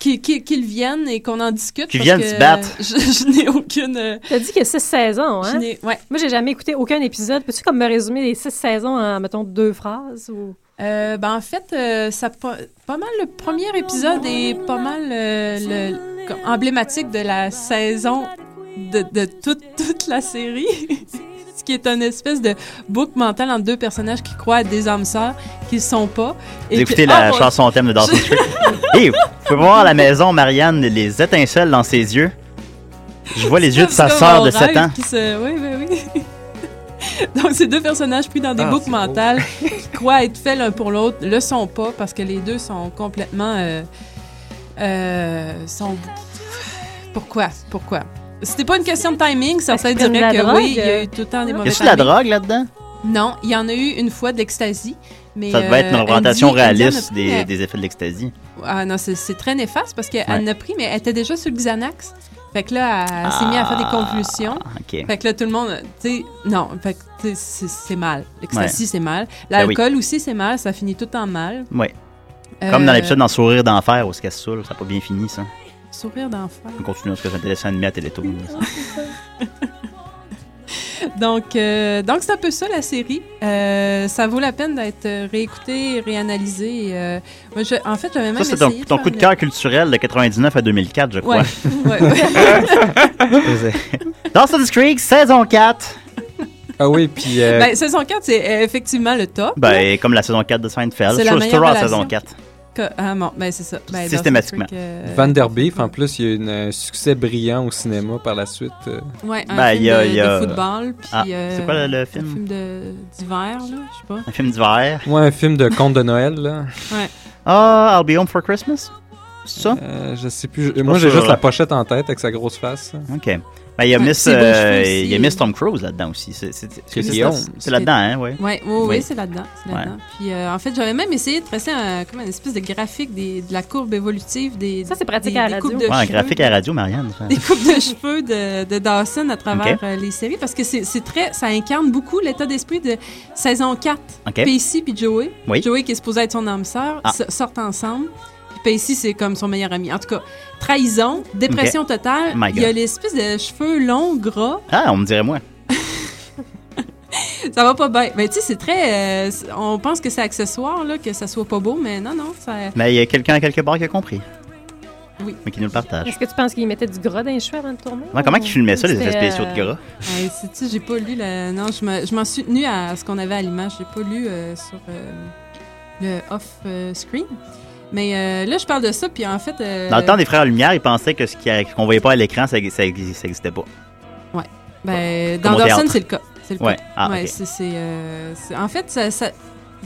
qu'ils qu'ils- qu'ils viennent et qu'on en discute.
Qu'ils
parce
viennent
que
se battre.
Je, je n'ai aucune... euh,
T'as dit qu'il y a six saisons,
Je
hein?
n'ai-
Moi, j'ai jamais écouté aucun épisode. Peux-tu comme me résumer les six saisons en, mettons, deux phrases? Ou...
Euh, ben en fait, euh, ça pa- pas mal le premier épisode est pas mal euh, le, co- emblématique de la saison de, de toute, toute la série. Ce qui est une espèce de boucle mentale entre deux personnages qui croient à des âmes sœurs qu'ils ne sont pas.
J'ai
que-
écouté
Ah,
la
bon,
chanson thème de Dawson's Creek. Hé, vous pouvez voir à la maison, Marianne, les étincelles dans ses yeux. Je vois les yeux de sa
comme
sœur
mon
de 7
rêve
ans.
qui se- Oui, oui, oui. Donc, ces deux personnages pris dans des
Ah,
boucles
c'est beau.
mentales qui croient être faits l'un pour l'autre, le sont pas parce que les deux sont complètement. euh, euh, sont... Pourquoi? Pourquoi? C'était pas une question de timing, certains
qu'ils prennent
diraient
de la
que oui, il
drogue?
y a eu tout le temps des
Y
mauvais
a-tu de la
timings.
drogue là-dedans?
Non, il y en a eu une fois d'extasie. mais,
Ça devait être une
euh,
représentation
Andy- Andy en a
réaliste
pris, euh,
des, des effets de l'ecstasy.
ah non, c'est c'est très néfaste parce qu'elle
Ouais.
en a pris, mais elle était déjà sur le Xanax. Fait Fait que là, elle, elle s'est mise à faire des
Ah.
convulsions.
ok.
Fait que là, tout le monde, tu sais, non, fait que tu sais, c'est c'est mal. L'ecstasy,
Ouais.
c'est mal.
Ben oui.
L'alcool aussi, c'est mal. Ça finit tout en mal.
Ouais.
Euh,
Comme dans l'épisode dans Sourire d'enfer où ce qu'elle se saoule, ça n'a pas bien fini ça.
Sourire d'enfer.
On continue parce que c'est intéressant de mettre à Télétoon. ça.
Donc, euh, donc c'est un peu ça la série. Euh, ça vaut la peine d'être euh, réécouté, réanalysé. euh, moi, je- en fait, j'avais même
Ça, c'est ton,
essayé
ton
faire
coup de
une-
cœur culturel de 99 à 2004, je crois.
Ouais, ouais.
Dawson's Creek, saison 4.
Ah oui, puis.
Ben, saison 4, c'est euh, effectivement le top.
Euh, Ben, comme la saison 4 de Seinfeld.
C'est la
Schuster
meilleure
en
relation.
saison 4.
Que- ah bon, ben c'est ça. Ben,
Systématiquement.
Dawson's Creek, euh,
Vanderbeef, en plus, il y a eu un succès brillant au cinéma par la suite. euh.
Ouais, un
Ben,
film
il y a-
de,
il y a-
de football. Puis,
Ah,
euh,
c'est quoi le- le
Un
film?
film de- d'hiver, là, je sais pas.
Un film d'hiver.
Ouais, un film de conte de Noël, là.
Ouais.
Ah, I'll be home for Christmas? C'est ça?
Euh, je sais plus.
suis
Moi,
pas
j'ai
sûr,
juste
là.
la pochette en tête avec sa grosse face.
OK. Ben, il y a,
Ouais,
Miss,
c'est beau, je
euh,
fais aussi.
il y a Miss Tom Cruise là-dedans aussi. C'est- c'est- est-ce que
C'est
c'est-
Guillaume.
C'est là-dedans, hein, oui.
Ouais, oui, oui, c'est là-dedans. c'est là-dedans.
Ouais.
Puis euh, en fait, j'avais même essayé de tracer un, comme une espèce de graphique des- de la courbe évolutive des. Ça, c'est
pratique à la radio.
Coupes de
Ouais, un
cheveux,
graphique à la radio, Marianne. ça.
Des coupes de cheveux de, de Dawson à travers
Ok.
euh, les séries parce que c'est c'est très. Ça incarne beaucoup l'état d'esprit de saison 4.
Ok.
Pacey puis Joey.
Oui.
Joey qui est supposé être son âme sœur
Ah.
s- sortent ensemble. Puis Pacey, c'est comme son meilleur ami. En tout cas, trahison, dépression
Ok.
totale.
My
Il y a
God.
l'espèce de cheveux longs, gras.
Ah, on me dirait moi.
Ça va pas bien. Ben, tu sais, c'est très. euh, c'est- on pense que c'est accessoire, là, que ça soit pas beau, mais non, non. Ça... euh,
Mais Ben, il y a quelqu'un à quelque part qui a compris.
Oui.
Mais qui nous le partage.
Est-ce que tu penses qu'il mettait du gras dans les cheveux avant de tourner?
Ouais, comment
ou-
qu'ils filmaient ça, les effets
C'était,
spéciaux de
euh,
gras?
Euh, sais-tu, j'ai pas lu. La... Non, je me- je m'en suis tenue à ce qu'on avait à l'image. J'ai pas lu euh, sur euh, le off-screen. mais euh, là, je parle de ça, puis en fait. euh,
Dans le temps des Frères Lumière, ils pensaient que ce qui a- qu'on voyait pas à l'écran, ça n'existait pas.
Ouais. Ben,
Comme
dans
au
Dawson,
théâtre.
c'est le cas. C'est le cas.
Ouais. Ah, ok.
c'est, c'est, euh, c'est- en fait, ça, ça-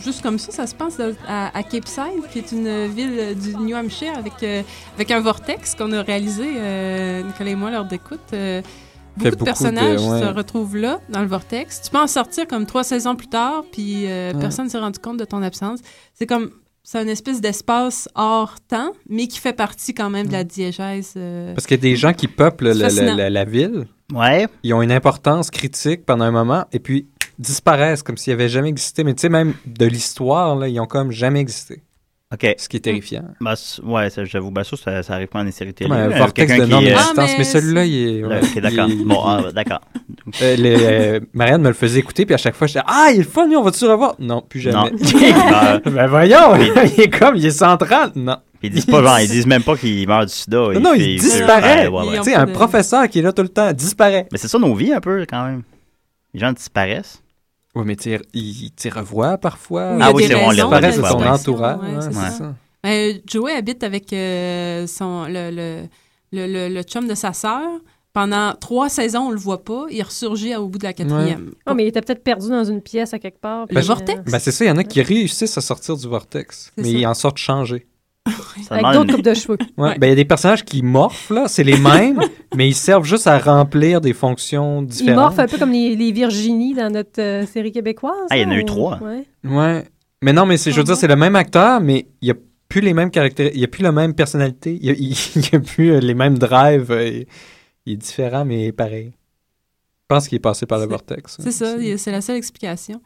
juste comme ça, ça se passe dans- à, à Cape Side, qui est une ville euh, du New Hampshire avec, euh, avec un vortex qu'on a réalisé, euh, Nicolas et moi, lors d'écoute. Euh,
Fait
beaucoup de
beaucoup de-
personnages
ouais.
se retrouvent là, dans le vortex. Tu peux en sortir comme trois saisons plus tard, puis euh,
Ouais.
personne ne s'est rendu compte de ton absence. C'est comme. C'est une espèce d'espace hors temps, mais qui fait partie quand même de la diégèse. euh,
Parce qu'il y a des gens qui peuplent
C'est
la, la-
fascinant.
la- la ville.
Ouais.
Ils ont une importance critique pendant un moment et puis disparaissent comme s'ils n'avaient jamais existé. Mais tu sais, même de l'histoire, là, ils ont comme jamais existé.
OK.
Ce qui est terrifiant.
Ben, c- ouais, ça, j'avoue, ben, ça, ça, ça arrive pas dans les séries télé.
Comme un
Euh,
vortex
quelqu'un
de
qui,
non-existence.
Ah,
euh,
mais, celui-là, il est. ouais,
Ok, d'accord.
il est-
Bon, ah, d'accord.
Euh, les- euh, Marianne me le faisait écouter, puis à chaque fois, je disais Ah, il est le fun, lui, on va-tu le revoir Non, plus jamais.
Non. Ben,
ben voyons, il est comme, il est central. Non.
Ils disent pas, genre, ils disent même pas qu'il meurt du sida.
Non, non,
fait-
il
fait-
disparaît.
ouais, ouais.
Tu sais, un professeur qui est là tout le temps disparaît.
Mais c'est ça nos vies, un peu, quand même. Les gens disparaissent.
Oui, mais tu y- tu y revois parfois.
Oui, il y a Ah oui, des
c'est vrai, on les raisons revoit, de
disparaissent de ton
disparaître.
entourage.
Ouais,
ouais,
c'est
c'est
ça.
ça.
Ben, euh, Joey habite avec euh, son, le, le, le, le- le chum de sa sœur. Pendant trois saisons, on le voit pas. Il ressurgit au bout de la quatrième.
Oh,
Non, euh, mais il était peut-être perdu dans une pièce à quelque part.
Le
puis, euh,
vortex?
Ben, c'est ça, il y en a qui réussissent à sortir du vortex,
C'est
mais
ça.
ils en sortent changés.
Avec d'autres coupes de cheveux.
Ouais, ben, il y a des personnages qui morphent, là, c'est les mêmes, mais ils servent juste à remplir des fonctions
Il
différentes.
morphe un peu comme les, les Virginie dans notre euh, série québécoise.
Ah, il y en a
hein,
eu
ou-
trois.
Ouais.
Ouais. Mais non, mais c'est, je veux dire, c'est le même acteur, mais il n'y a plus les mêmes caractéristiques, il n'y a plus la même personnalité, il n'y a, plus euh, les mêmes drives. euh, il- il est différent, mais pareil. Je pense qu'il est passé par le vortex. hein.
C'est ça, il- c'est la seule explication.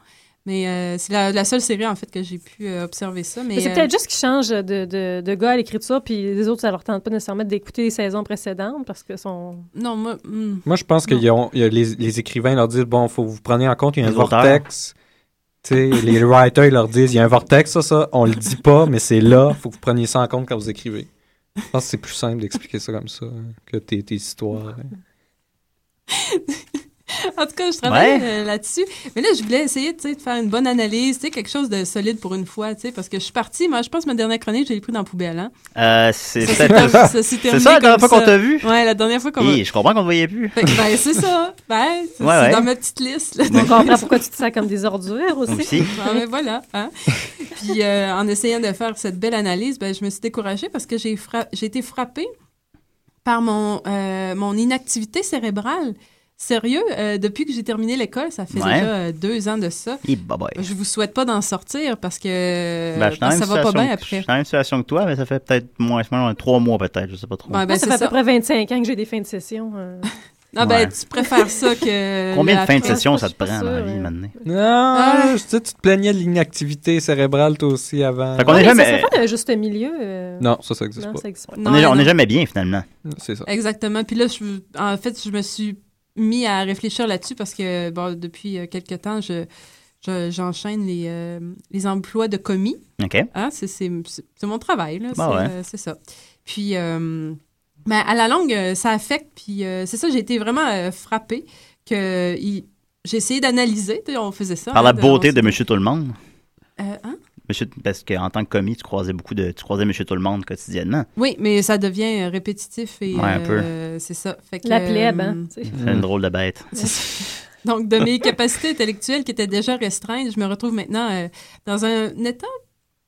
Mais euh, c'est la, la seule série, en fait, que j'ai pu euh, observer ça. Mais,
Mais c'est
euh,
peut-être juste qu'ils changent de, de, de gars à l'écriture, puis les autres, ça leur tente pas nécessairement d'écouter les saisons précédentes parce que sont.
Non, moi. hmm.
Moi, je pense que
Non.
ils ont- il y a les, les écrivains leur disent bon, faut que vous preniez en compte, il y a un
Les auteurs.
vortex. Tu sais, les writers, ils leur disent il y a un vortex, ça, ça, on le dit pas, mais c'est là, faut que vous preniez ça en compte quand vous écrivez. Je pense que c'est plus simple d'expliquer ça comme ça hein, que tes, tes histoires. hein.
En tout cas, je travaille
Ouais.
euh, là-dessus. Mais là, je voulais essayer tu sais, de faire une bonne analyse, tu sais, quelque chose de solide pour une fois, tu sais, parce que je suis partie. Moi, je pense que ma dernière chronique, je l'ai pris dans la poubelle. Hein.
Euh, c'est
Ça
ça.
s'est terminé- ça s'est
C'est
terminé
ça la dernière
comme
fois qu'on
ça.
t'a vu?
Ouais, la dernière fois qu'on m'a-
Et je comprends qu'on te voyait plus.
Fait que, ben, c'est ça. Ben, c'est
Ouais,
c'est
ouais.
dans ma petite liste. Là.
On comprend pourquoi tu te sens comme des ordures aussi.
Aussi.
Ah, ben, voilà. hein. Puis euh, en essayant de faire cette belle analyse, ben, je me suis découragée parce que j'ai fra- j'ai été frappée par mon, euh, mon inactivité cérébrale. Sérieux, euh, depuis que j'ai terminé l'école, ça fait
Ouais.
déjà euh, deux ans de ça.
Et bye bye.
Je vous souhaite pas d'en sortir parce que
Ben, je suis dans
parce
la
que ça
même
va pas
situation
bien
que- Je
après.
suis dans la même situation que toi, mais ça fait peut-être moins, moins trois mois peut-être, je sais pas trop.
Ouais, ben,
Moi, ça
c'est
fait à
ça.
peu près 25 ans que j'ai des fins de session. euh.
Non, ben, tu préfères ça que.
Combien de
ben, la
fins de
presse.
session ça te
suis
prend dans la
sûre,
vie
ouais.
maintenant?
Non, je- tu sais, tu te plaignais de l'inactivité cérébrale, toi aussi, avant.
Fait qu'on est
Mais ça
jamais-
serait pas un juste milieu. euh,
Non, ça, ça existe
non,
pas.
ça existe pas.
Non,
on est, on
non.
est jamais bien finalement.
C'est ça.
Exactement. Puis là, je, en fait, je me suis mis à réfléchir là-dessus parce que bon, depuis euh, quelque temps, je, je- j'enchaîne les, euh, les emplois de commis.
OK.
Hein, c'est, c'est, c'est- c'est mon travail, là.
Bah
c'est,
ouais.
euh, c'est ça. Puis, euh, ben, à la longue, euh, ça affecte. Puis, euh, c'est ça, j'ai été vraiment euh, frappée que il- j'ai essayé d'analyser. tu sais, On faisait ça.
Par la
hein,
beauté
on-
de Monsieur Tout-le-monde.
Euh, hein?
Monsieur, parce qu'en tant que commis, tu croisais beaucoup de. Tu croisais Monsieur Tout-le-monde quotidiennement.
Oui, mais ça devient euh, répétitif et
Ouais, un peu.
euh, c'est ça. Fait que,
La
euh,
plèbe, hein, tu sais.
C'est une drôle de bête.
Donc, de mes capacités intellectuelles qui étaient déjà restreintes, je me retrouve maintenant euh, dans un état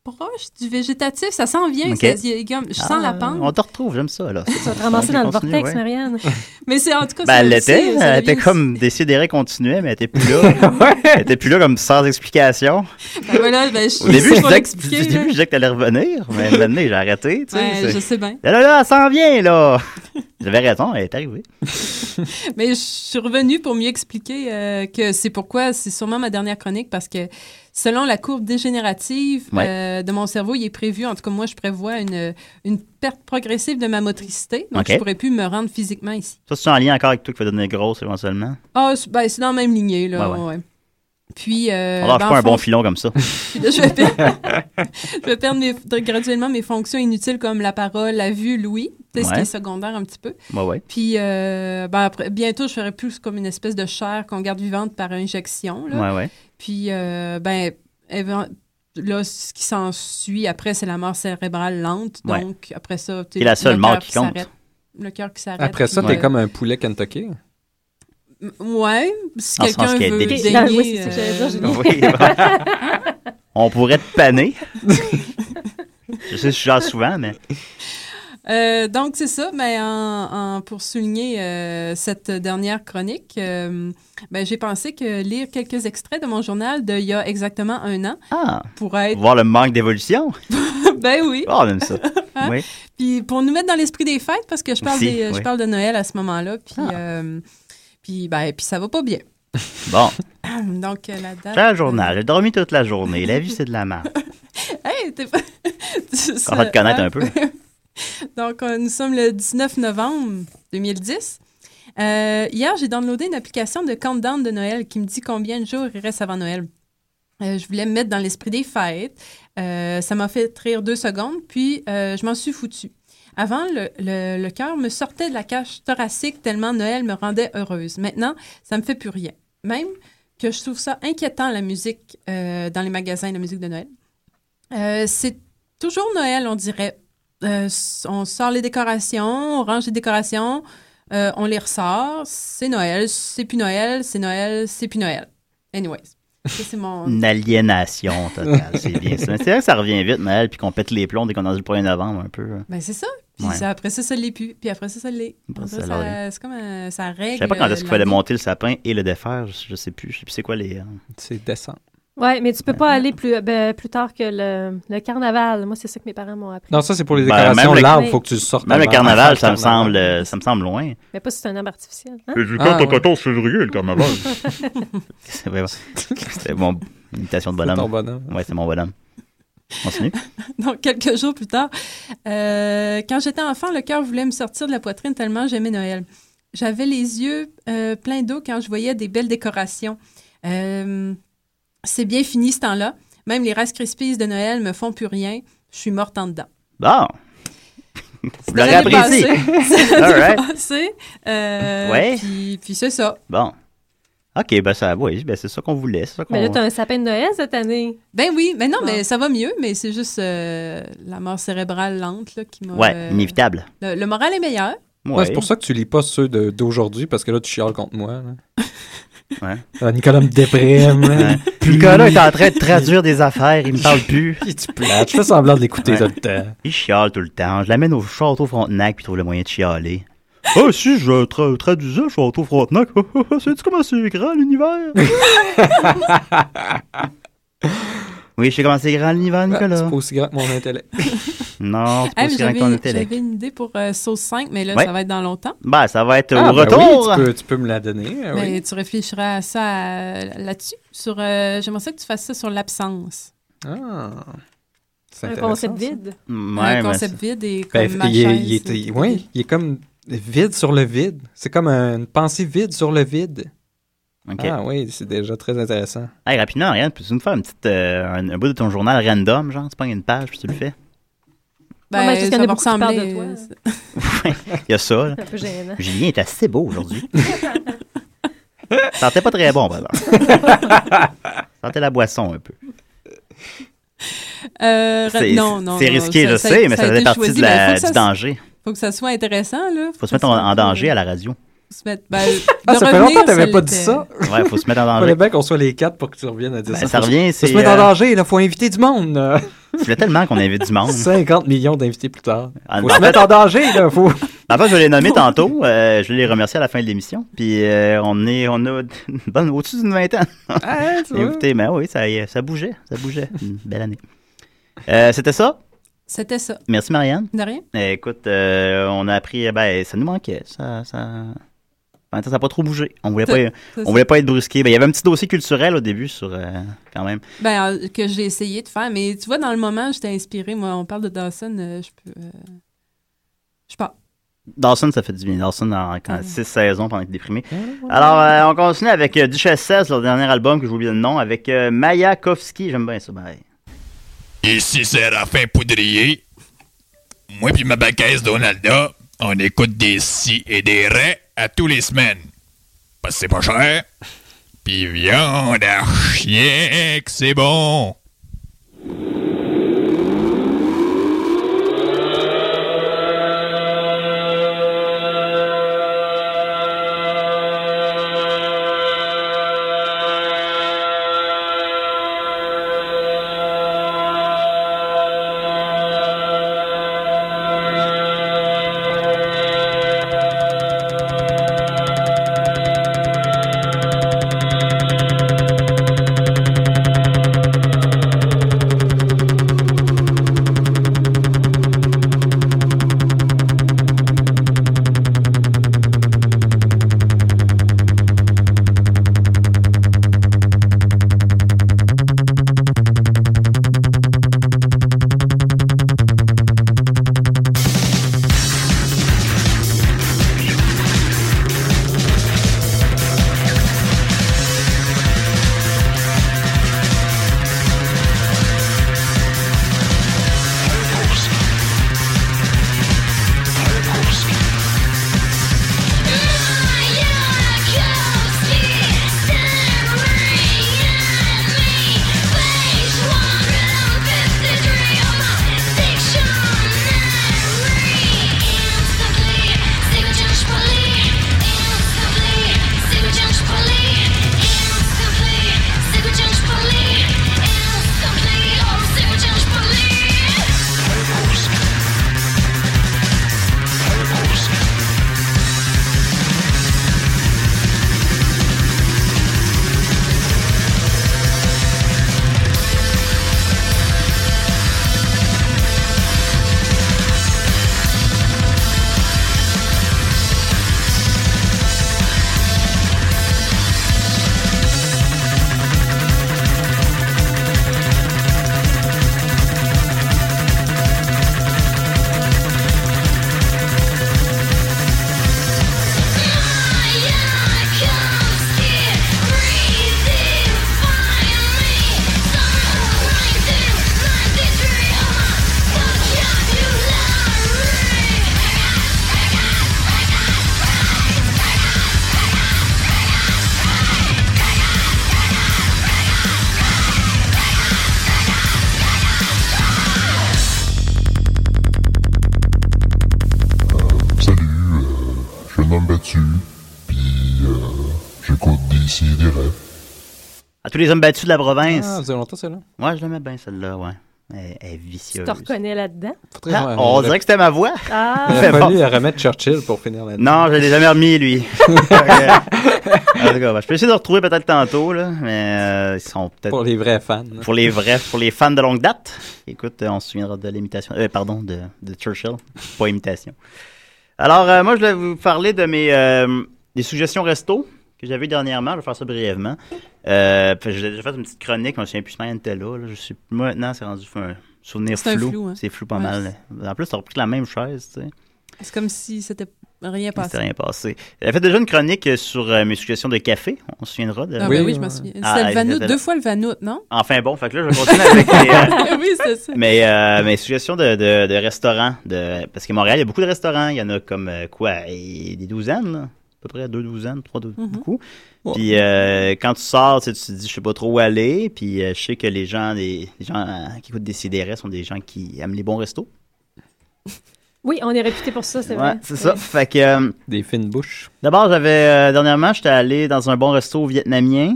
proche du végétatif. Ça s'en vient.
Ok.
ça- il y a comme- je sens
Ah,
la pente.
On te retrouve, j'aime ça. Là.
Tu vas te ramasser dans le
Continue,
vortex,
ouais.
Marianne.
Mais c'est en tout cas...
Ben,
ça
elle
aussi,
l'était,
ça
elle était
devient-
comme décidérée, continuait, mais elle était plus là. elle était plus là comme sans explication.
Ben voilà, ben, je-
Au début,
c'est
je
pour
disais, que-
l'expliquer,
au début,
là.
je disais que t'allais revenir, mais maintenant, j'ai arrêté. Tu sais,
Ouais,
c'est-
je sais bien.
Là, là, là, elle s'en vient, là. J'avais raison, elle est arrivée.
Mais je suis revenue pour mieux expliquer euh, que c'est pourquoi c'est sûrement ma dernière chronique parce que selon la courbe dégénérative
Ouais.
euh, de mon cerveau, il est prévu, en tout cas moi je prévois une, une perte progressive de ma motricité, donc
Ok.
je pourrais plus me rendre physiquement ici.
Ça, c'est en lien encore avec tout qui va devenir grosse éventuellement.
Ah, c'est- ben, c'est dans la même lignée là.
Ouais, ouais.
ouais. Puis euh,
On lâche
ben,
pas
en
un
fond,
bon filon comme ça.
Puis là, je vais perdre, je vais perdre mes- de- graduellement mes fonctions inutiles comme la parole, la vue, l'ouïe, tu sais, ce qui
Ouais.
est secondaire un petit peu.
Ouais, ouais.
Puis euh, ben, après, bientôt, je ferai plus comme une espèce de chair qu'on garde vivante par injection. Là.
Ouais, ouais.
Puis, euh, ben, évent- là, ce qui s'ensuit après, c'est la mort cérébrale lente.
Ouais.
Donc, après ça, tu
Qui est la
le
seule
cœur
mort qui compte.
s'arrête. Le cœur qui s'arrête.
Après ça,
puis,
t'es
euh,
comme un poulet Kentucky.
m- Ouais, si
Dans le sens
quelqu'un
qu'il est
veut
délicieux.
daigner, euh,
Oui, c'est ça que j'allais dire, j'ai dit.
Oui, bon. On pourrait te panner. je sais, je genre souvent, mais.
Euh, donc, c'est ça. Mais en, en- pour souligner euh, cette dernière chronique, euh, ben, j'ai pensé que lire quelques extraits de mon journal d'il y a exactement un an
Ah!
pourrait être...
Voir le manque d'évolution.
ben oui.
Oh, on aime ça.
Hein?
Oui.
Puis pour nous mettre dans l'esprit des fêtes, parce que je parle,
Aussi,
des- je
oui.
parle de Noël à ce moment-là, puis, euh, puis, ben, puis ça va pas bien.
Bon,
Donc, euh, la date...
j'ai un journal. J'ai dormi toute la journée. La vie, c'est de la merde.
Hey, t'es pas... On
On va te connaître un peu.
Donc, euh, nous sommes le 19 novembre 2010. Euh, hier, j'ai downloadé une application de countdown de Noël qui me dit combien de jours il reste avant Noël. Euh, je voulais me mettre dans l'esprit des fêtes. Euh, ça m'a fait rire deux secondes, puis euh, je m'en suis foutu. Avant, le, le- le cœur me sortait de la cage thoracique tellement Noël me rendait heureuse. Maintenant, ça me fait plus rien. Même que je trouve ça inquiétant, la musique euh, dans les magasins de musique de Noël. Euh, c'est toujours Noël, on dirait. Euh, s- on sort les décorations, on range les décorations, euh, on les ressort. C'est Noël, c'est plus Noël, c'est Noël, c'est plus Noël. Anyways, ça, c'est mon...
Une aliénation totale. C'est bien ça. Mais C'est vrai que ça revient vite, Noël, puis qu'on pète les plombs dès qu'on est dans le 1er novembre un peu. hein.
Ben, c'est ça. Puis
Ouais.
ça, après ça, ça l'est plus. Puis après ça, ça l'est.
Bon,
Après,
ça
ça-
l'est.
c'est comme un- ça
Je
règle.
savais pas quand est-ce qu'il fallait
l'année.
monter le sapin et le défaire. Je, je sais plus. Je sais plus c'est quoi les. euh,
C'est décembre.
Ouais, mais tu peux pas aller plus, ben, plus tard que le, le carnaval. Moi, c'est ça que mes parents m'ont appris.
Non, ça, c'est pour les
Ben,
décorations.
même le-
L'arbre, faut que tu le sortes.
Même le
avant.
carnaval, ça me semble, euh, ça me semble loin.
Mais pas si c'est un arbre artificiel. hein?
C'est du
Ah,
4 au
ouais.
14 février, le carnaval.
C'est vrai. C'était mon imitation de
C'est
bonhomme.
ton bonhomme.
Ouais, c'est mon bonhomme. Continue.
Donc, quelques jours plus tard, euh, quand j'étais enfant, le cœur voulait me sortir de la poitrine tellement j'aimais Noël. J'avais les yeux euh, pleins d'eau quand je voyais des belles décorations. Euh, c'est bien fini ce temps-là. Même les Rice Krispies de Noël me font plus rien. Je suis morte en dedans.
Bon. Vous l'aurez
L'année
apprécié.
passée- c'est
All
l'année
right.
passée, euh,
Ouais.
Puis, puis c'est ça.
Bon. OK, ben ça, oui, ben c'est ça qu'on voulait. c'est ça qu'on-
Mais là, t'as un sapin de Noël cette année.
Ben oui, mais non, mais ça va mieux, mais c'est juste euh, la mort cérébrale lente là, qui m'a.
Ouais,
euh,
inévitable.
Le, le moral est meilleur.
Ouais, c'est pour ça que tu lis pas ceux de- d'aujourd'hui, parce que là, tu chiales contre moi. là.
Ouais.
Ah, Nicolas me déprime.
Ouais. Nicolas est en train de traduire des affaires, il me parle plus.
Il te plate, je fais semblant de l'écouter
Ouais.
tout le temps.
Il chiale tout le temps. Je l'amène au château Frontenac puis il trouve le moyen de chialer. Ah, si je tra- traduisais, je suis au Frontenac. Ah, Sais-tu comment c'est grand l'univers? oui, je sais comment c'est grand l'univers, Nicolas.
Bah, C'est pas aussi grand que mon intellect.
non, c'est pas
Ah, mais
aussi grand que ton
j'avais-
intellect.
J'avais une idée pour euh, Sauce 5, mais là,
Ouais.
ça va être dans longtemps.
Ben, ça va être
Ah, ben
au
oui,
retour.
tu, peux, tu peux me la donner. euh,
Mais
oui.
tu réfléchiras à ça euh, là-dessus. Sur, euh, j'aimerais ça que tu fasses ça sur l'absence.
Ah. C'est
Un
intéressant,
concept
ça.
vide.
Mm,
un
ouais, mais
concept vide et comme
Ben,
ma
il, est,
chaise,
il est-
c'est
il-
tout
ouais,
vide.
il est comme vide sur le vide. C'est comme une pensée vide sur le vide.
Ok.
Ah oui, c'est déjà très intéressant.
Hey, rapidement, Ariane, peux-tu nous faire une petite, euh, un, un bout de ton journal random, genre? Tu prends une page puis tu le fais.
Ben,
Non, mais parce qu'il y en
ça
a
va
beaucoup qui parlent de
ressembler,
toi.
euh,
Il y a ça, là.
C'est un peu gênant.
Julien est assez beau aujourd'hui. Sentait pas très bon, par exemple. Sentait la boisson un peu.
Euh, ra-
C'est-
non, non.
c'est
non,
risqué, je
a-
sais, mais ça
a
faisait
été
partie de
mais
la-
faut que ça
du
se-
danger.
Faut que ça soit intéressant, là.
Faut se mettre en, en danger à la radio.
se mettre. Ben,
Ah,
de
ça fait longtemps
revenir,
que t'avais pas dit
l'était.
ça.
Ouais, faut se mettre en danger.
Fallait bien qu'on soit les quatre pour que tu reviennes à dire
Ah, Ben,
ça.
ça revient,
Faut
c'est,
se mettre en
euh,
danger, là, faut inviter du monde. là.
Je voulais tellement qu'on invite du monde.
50 millions d'invités plus tard.
Ah,
Faut
ben,
se mettre
en fait-
en danger, là. Faut...
En fait, je l'ai nommé tantôt. euh, je vais les remercier à la fin de l'émission. Puis euh, on est, on a une bonne- au-dessus d'une vingtaine.
Ah, tu vois.
Écoutez, mais oui, ça, y est, ça bougeait, ça bougeait. Une belle année. Euh, C'était ça.
C'était ça.
Merci Marianne.
De rien.
Eh, Écoute, euh, on a appris, ben, ça nous manquait. Ça, ça... En même temps, ça n'a pas trop bougé. On voulait
C'est-
pas,
c'est
on
ça.
voulait pas être brusqué. Ben, il y avait un petit dossier culturel au début sur, euh, quand même.
Ben, euh, que j'ai essayé de faire, mais tu vois, dans le moment, j'étais inspirée. Moi, on parle de Dawson, euh, je peux. euh, Je pars.
Dawson, ça fait du bien. Dawson, en, quand- six saisons pendant qu'il est déprimé. Alors, euh, on continue avec euh, Duchesse 16, leur dernier album, que j'ai oublié le nom, avec euh, Mayakovsky. J'aime bien ça, ben. bye.
Ici Séraphin Poudrier. Moi puis ma baquesse Donalda, on écoute des si et des raies à tous les semaines. Parce que c'est pas cher. Puis viande à chien que c'est bon.
Salut, euh, je suis un homme battu, puis euh, j'écoute d'ici des rêves.
À tous les hommes battus de la province.
Ah, vous avez longtemps, celle-là?
Ouais, je l'aimais bien, celle-là, ouais. Elle, elle est
Tu
vicieuse.
te reconnais là-dedans?
euh,
Ah, on dirait que c'était ma voix.
Ah.
Il
Mais
a
bon.
fallu remettre Churchill pour finir là-dedans.
Non, je l'ai jamais remis, lui. en tout cas, bah, je peux essayer de le retrouver peut-être tantôt, là, mais euh, ils sont peut-être...
Pour les vrais fans.
Pour les vrais, pour les fans de longue date. Écoute, euh, on se souviendra de l'imitation... euh, pardon, de, de Churchill. Pas imitation. Alors, euh, moi, je voulais vous parler de mes... euh, des suggestions resto que j'avais eues dernièrement. Je vais faire ça brièvement. Euh, puis je l'ai déjà fait une petite chronique, je me souviens plus si elle était là. là. Je suis... Moi, maintenant, c'est rendu un souvenir
C'est un
flou.
flou, hein.
C'est flou pas
Ouais.
mal. En plus, t'as repris la même chaise, tu sais.
C'est comme si c'était rien
Il s'était
passé.
rien passé. Elle a fait déjà une chronique sur euh, mes suggestions de café. On se souviendra de.
Ah, ben oui, je m'en souviens.
Ah,
C'était le
elle
Vanout,
était là.
deux fois le Vanout, non?
Enfin bon, fait que là, je vais continuer avec les, euh,
oui, c'est ça.
mes, euh, mes suggestions de, de, de restaurants. De, parce qu'à Montréal, il y a beaucoup de restaurants. Il y en a comme euh, quoi et Des douzaines, là. à peu près deux douzaines, trois douzaines,
Mhm.
beaucoup. Puis euh, quand tu sors, tu, sais, tu te dis, je sais pas trop où aller. Puis euh, je sais que les gens, les, les gens euh, qui écoutent des CDR sont des gens qui aiment les bons restos.
Oui, on est réputé pour ça, c'est
Ouais,
vrai.
c'est ça. Fait que. euh,
Des fines bouches.
D'abord, j'avais euh, dernièrement, j'étais allé dans un bon resto vietnamien,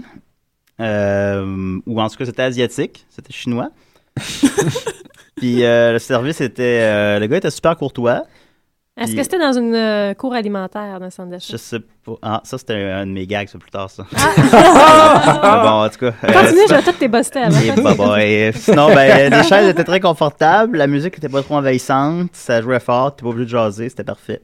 euh, ou en tout cas c'était asiatique, c'était chinois. Puis euh, le service était, euh, le gars était super courtois.
Est-ce
Puis-
que c'était dans une euh, cour alimentaire, dans un centre d'achat?
Je sais pas. Ah, ça c'était un de mes gags, c'est plus tard ça.
Ah!
Mais bon, en tout cas. euh,
Continue, je vais tout t'éboster avant.
Et bah, bah, et sinon, ben, les chaises étaient très confortables, la musique était pas trop envahissante, ça jouait fort, t'es pas obligé de jaser, c'était parfait.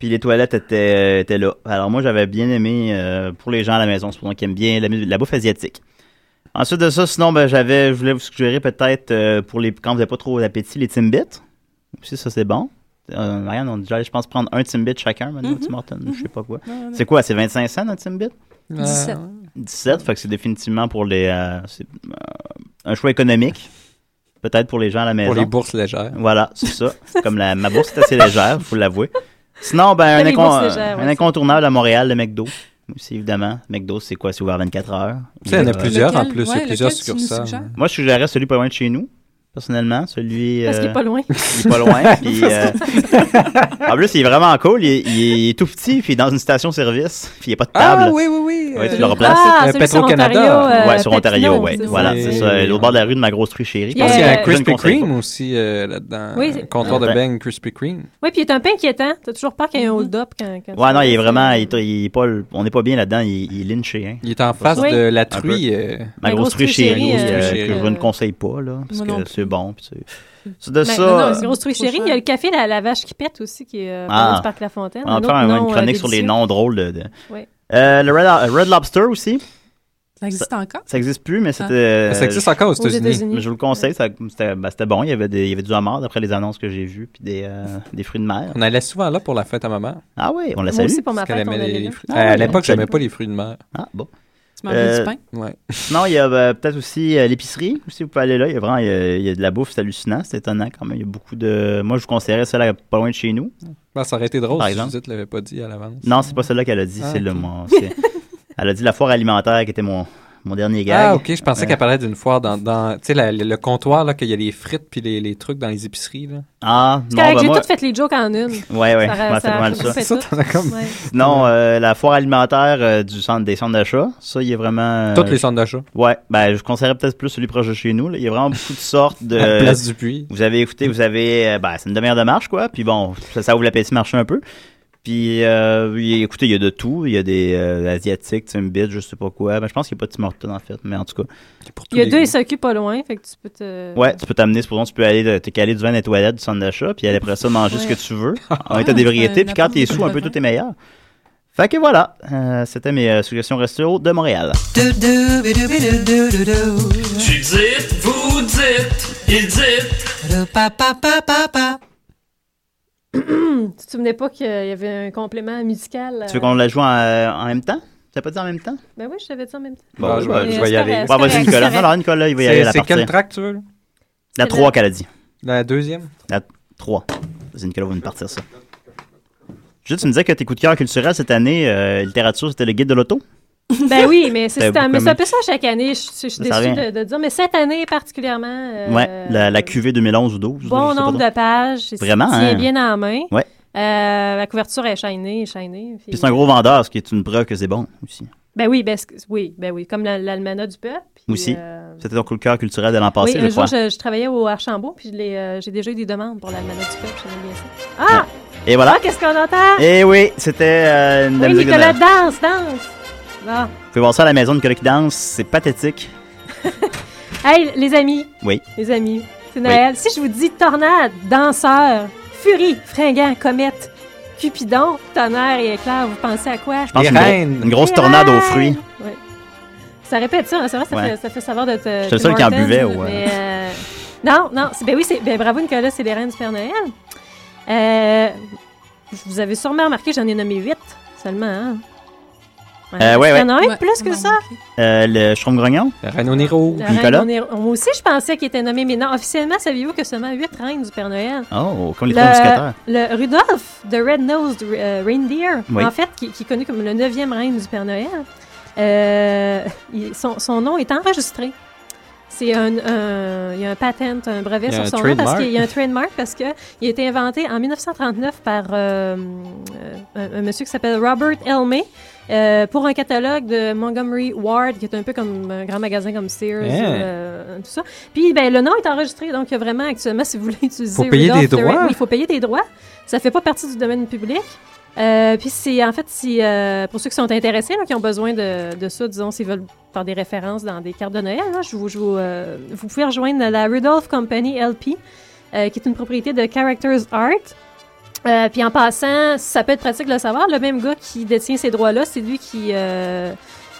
Puis les toilettes étaient, euh, étaient là. Alors moi, j'avais bien aimé, euh, pour les gens à la maison, c'est pour moi qui aiment bien la, mu- la bouffe asiatique. Ensuite de ça, sinon, ben, j'avais, je voulais vous suggérer peut-être, euh, pour les, quand vous n'avez pas trop d'appétit, les Timbits. Aussi, ça, c'est bon. Euh, Marianne, on a déjà, allé, je pense, prendre un Timbit chacun maintenant,
Mhm.
tu Morton, je sais pas quoi.
Ouais, ouais.
C'est quoi, c'est 25 cents un Timbit?
17.
Euh,
17, fait que c'est définitivement pour les. euh, c'est, euh, un choix économique. Peut-être pour les gens à la maison.
Pour les bourses légères.
Voilà, c'est ça. Comme la, ma bourse est assez légère, faut l'avouer. Sinon, ben, un,
Les
incon-
bourses légères, ouais,
un incontournable à Montréal, le McDo. Aussi, évidemment. McDo, c'est quoi? C'est ouvert 24 heures.
Tu sais, il y en a
Euh,
plusieurs en Lequel? plus, il y a Ouais, plusieurs lequel tu nous suggères? succursaires.
Moi, je suggérerais celui pas loin de chez nous, personnellement. Celui,
Parce qu'il
euh,
est pas loin.
Il est pas loin. puis, euh, en plus, il est vraiment cool. Il est, il est tout petit, puis il est dans une station-service, puis il n'y a pas de table.
Ah oui, oui, oui.
Ouais, tu
Euh,
le replaces.
Ah, Euh, celui Petro sur Canada. Ontario, euh,
ouais, sur Ontario,
Papineau,
ouais.
c'est
Voilà,
ça.
c'est ça. Et L'autre bord de la rue de ma grosse rue chérie.
Je pense qu'il y a
Yeah.
un
Je ne
Krispy
conseille
Kreme aussi euh, là-dedans.
Oui,
Oui,
c'est-
comptoir de
Ouais.
bang Krispy Kreme.
Oui, puis il est un peu inquiétant. T'as toujours peur qu'il y ait un hold-up quand,
pas.
quand tu
Ouais, non,
vas-
il est vraiment. Il, est- il est pas, le- on n'est pas bien là-dedans. Il, il est lynché. Hein.
Il est en face
Oui.
de la
Un peu.
truie. euh,
Ma
La
grosse
grosse
rue
rue
chérie,
chérie,
euh,
euh,
que je
euh,
ne conseille pas, là. Parce
Moi non
que
plus.
c'est bon. Puis c'est- c'est de
Ben,
ça.
non,
euh,
c'est grosse truie chérie. Il y a le café La, la Vache qui pète aussi, qui est euh,
Ah.
près du Parc La Fontaine.
on va
autre
faire
nom,
une
euh,
chronique sur les
délicieux.
noms drôles. De, de-
Oui.
Euh, le Red, Red Lobster aussi.
Ça existe encore?
Ça n'existe plus, mais c'était.
Ah.
euh,
Ça existe encore aux
Aux États-Unis.
États-Unis.
États-Unis.
Mais je vous le conseille, ça- c'était ben, c'était bon. Il y, avait des, il y avait du homard d'après les annonces que j'ai vues, puis des, euh, des fruits de mer.
On allait souvent là pour la fête à ma mère.
Ah oui, on la
Moi
salue.
aussi, pour ma
Parce qu'elle
fête, on
aimait
allait
les
là.
fruits.
Ah,
Euh, à
ouais,
l'époque,
ok.
j'aimais pas les fruits de mer.
Ah bon.
Tu mangeais
Euh,
du pain?
Ouais.
Sinon, il y a euh, peut-être aussi euh, l'épicerie. Si vous pouvez aller là, il y a vraiment il y a, il y a de la bouffe, c'est hallucinant, c'est étonnant quand même. Il y a beaucoup de. Moi, je vous conseillerais celle là, pas loin de chez nous.
Ben, ça aurait été drôle
Par
si
exemple.
vous ne l'avez pas dit à l'avance.
Non, c'est pas celle-là qu'elle a dit,
Ah,
c'est le
ok.
mon- c'est- Elle a dit la foire alimentaire qui était mon, mon dernier gag.
Ah, ok, je pensais
Ouais.
qu'elle parlait d'une foire dans, dans tu sais, la- le, le comptoir, là, qu'il y a les frites puis les, les trucs dans les épiceries, là.
Ah,
Parce
non,
qu'avec,
ben
j'ai
moi.
toutes fait les jokes en une.
Ouais, ouais,
Ça aurait-
ouais, c'est
ça
pas mal
aurait
ça.
fait
Ça,
tout.
t'en as comme-
Ouais.
Non, euh, la foire alimentaire euh, du centre des centres d'achat, ça, il est vraiment. euh,
Toutes les centres d'achat.
Ouais, ben, je conseillerais peut-être plus celui proche de chez nous. là. Il y a vraiment beaucoup de sortes de.
à la place du puits.
Vous avez écouté, vous avez. euh, ben, c'est une demi-heure de marche, quoi. Puis bon, ça, ça ouvre l'appétit marcher un peu. Puis, euh, il y a- écoutez, il y a de tout. Il y a des euh, Asiatiques, Timbits, je sais pas quoi. Ben, je pense qu'il n'y a pas de Tim Hortons, en fait. Mais en tout cas,
Pour tous
Il y a
les
deux
goûts.
SAQ pas loin, fait que tu peux te.
ouais, tu peux t'amener, c'est pour ça, tu peux aller de- te caler du vin des toilettes, du centre d'achat, puis aller après ça manger ce que
Ouais.
tu veux. En état
Ouais,
d'ébriété,
c'est
puis quand t'es
n'importe
sous, un peu
quoi.
tout est meilleur. Fait que voilà, Euh, c'était mes euh, suggestions resto de Montréal.
Euh.
Tu dites, vous dites, il dit. Papa, papa, papa.
Tu te souvenais pas qu'il y avait un complément musical? euh,
Tu veux qu'on la joue en, euh, en même temps? T'as pas dit en même temps?
Ben oui, je t'avais dit en même temps.
Bon,
Ah, je vais-
ben,
je vais
Mais
y
c'est
aller.
correct,
Bon,
c'est
vas-y,
correct,
Nicolas.
c'est
Non, non, Nicolas, il va y aller
C'est
la
c'est
partie.
quelle track tu veux, là?
La
C'est
3 qu'elle a dit.
La deuxième?
La 3. Vas-y, Nicolas va nous partir ça. Juste, tu me disais que tes coups de cœur culturels cette année, euh, littérature, c'était le guide de l'auto.
correct. Ben oui, mais c'est
T'as
c'est un,
beaucoup
mais c'est un
aimé.
peu ça chaque année. Je, je- je suis
Ça
déçue
revient.
de, de dire, mais cette année particulièrement. euh,
ouais, la, la QV 2011 ou 12. je
Bon
sais pas
nombre
trop.
de pages. c'est-
Vraiment,
c'est
hein?
bien en main.
Ouais.
Euh, la couverture est shinée, shinée. puis-
Puis c'est un gros vendeur, ce qui est une preuve que c'est bon aussi.
Ben oui, ben, c- oui, ben oui, comme la- l'almanach du peuple. puis,
Aussi.
euh,
C'était ton coup de cœur culturel de l'an passé,
oui,
je
un jour,
crois.
je, je travaillais au Archambault, puis je l'ai, euh, j'ai déjà eu des demandes pour l'almanach du peuple, j'aimais bien ça. Ah!
Et voilà.
Ah, qu'est-ce qu'on entend?
Et oui, c'était euh, de la
oui,
musique de
Nicolas,
Noël.
danse, danse! Ah.
Vous pouvez voir ça à la maison de Nicolas qui danse, c'est pathétique.
Hey, les amis,
Oui.
les amis, c'est Noël. Si je vous dis tornade, danseur, furie, fringant, comète, cupidon, tonnerre et éclair, vous pensez à quoi?
Je pense une, gro- une grosse
Les
tornade
reines!
aux fruits.
Ouais. Ça répète ça, hein, c'est vrai, ça,
Ouais.
fait, ça fait savoir de te.
J'étais le seul qui en buvait, ouais.
mais, euh, non, non, c'est- ben oui, c'est, ben bravo Nicolas, c'est les reines du Père Noël. Euh, vous avez sûrement remarqué, j'en ai nommé huit seulement. Hein.
Euh, ouais,
Il y
ouais.
en a un de plus que ça.
Euh, le Schrum-Grognon.
Le Reine Nero.
La
Nicolas.
reine, on est- moi aussi, je pensais qu'il était nommé, mais non, officiellement, saviez-vous que seulement huit reines du Père Noël?
Oh, comme les trois mousquetaires.
le Rudolph, the Red-Nosed euh, Reindeer,
Oui.
en fait, qui, qui est connu comme le neuvième reine du Père Noël, euh, il- son, son nom est enregistré. C'est un, un- il y a un patent, un brevet
Il y a un
sur son nom parce
trademark.
qu'il y a un trademark parce que il a été inventé en 1939 par euh, euh, un, un monsieur qui s'appelle Robert Elmay euh, pour un catalogue de Montgomery Ward qui est un peu comme un grand magasin comme Sears
Hein.
ou, euh, tout ça. Puis ben le nom est enregistré donc il y a vraiment actuellement si vous voulez utiliser
Faut payer
Rudolph
des
the Red-
droits.
oui, il faut payer des droits. Ça fait pas partie du domaine public. Euh, puis c'est en fait si euh, pour ceux qui sont intéressés là, qui ont besoin de, de ça disons s'ils veulent faire des références dans des cartes de Noël là, je vous je vous, euh, vous pouvez rejoindre la Rudolph Company LP euh, qui est une propriété de Characters Art. Euh, puis en passant, ça peut être pratique de le savoir, le même gars qui détient ces droits-là, c'est lui qui, euh,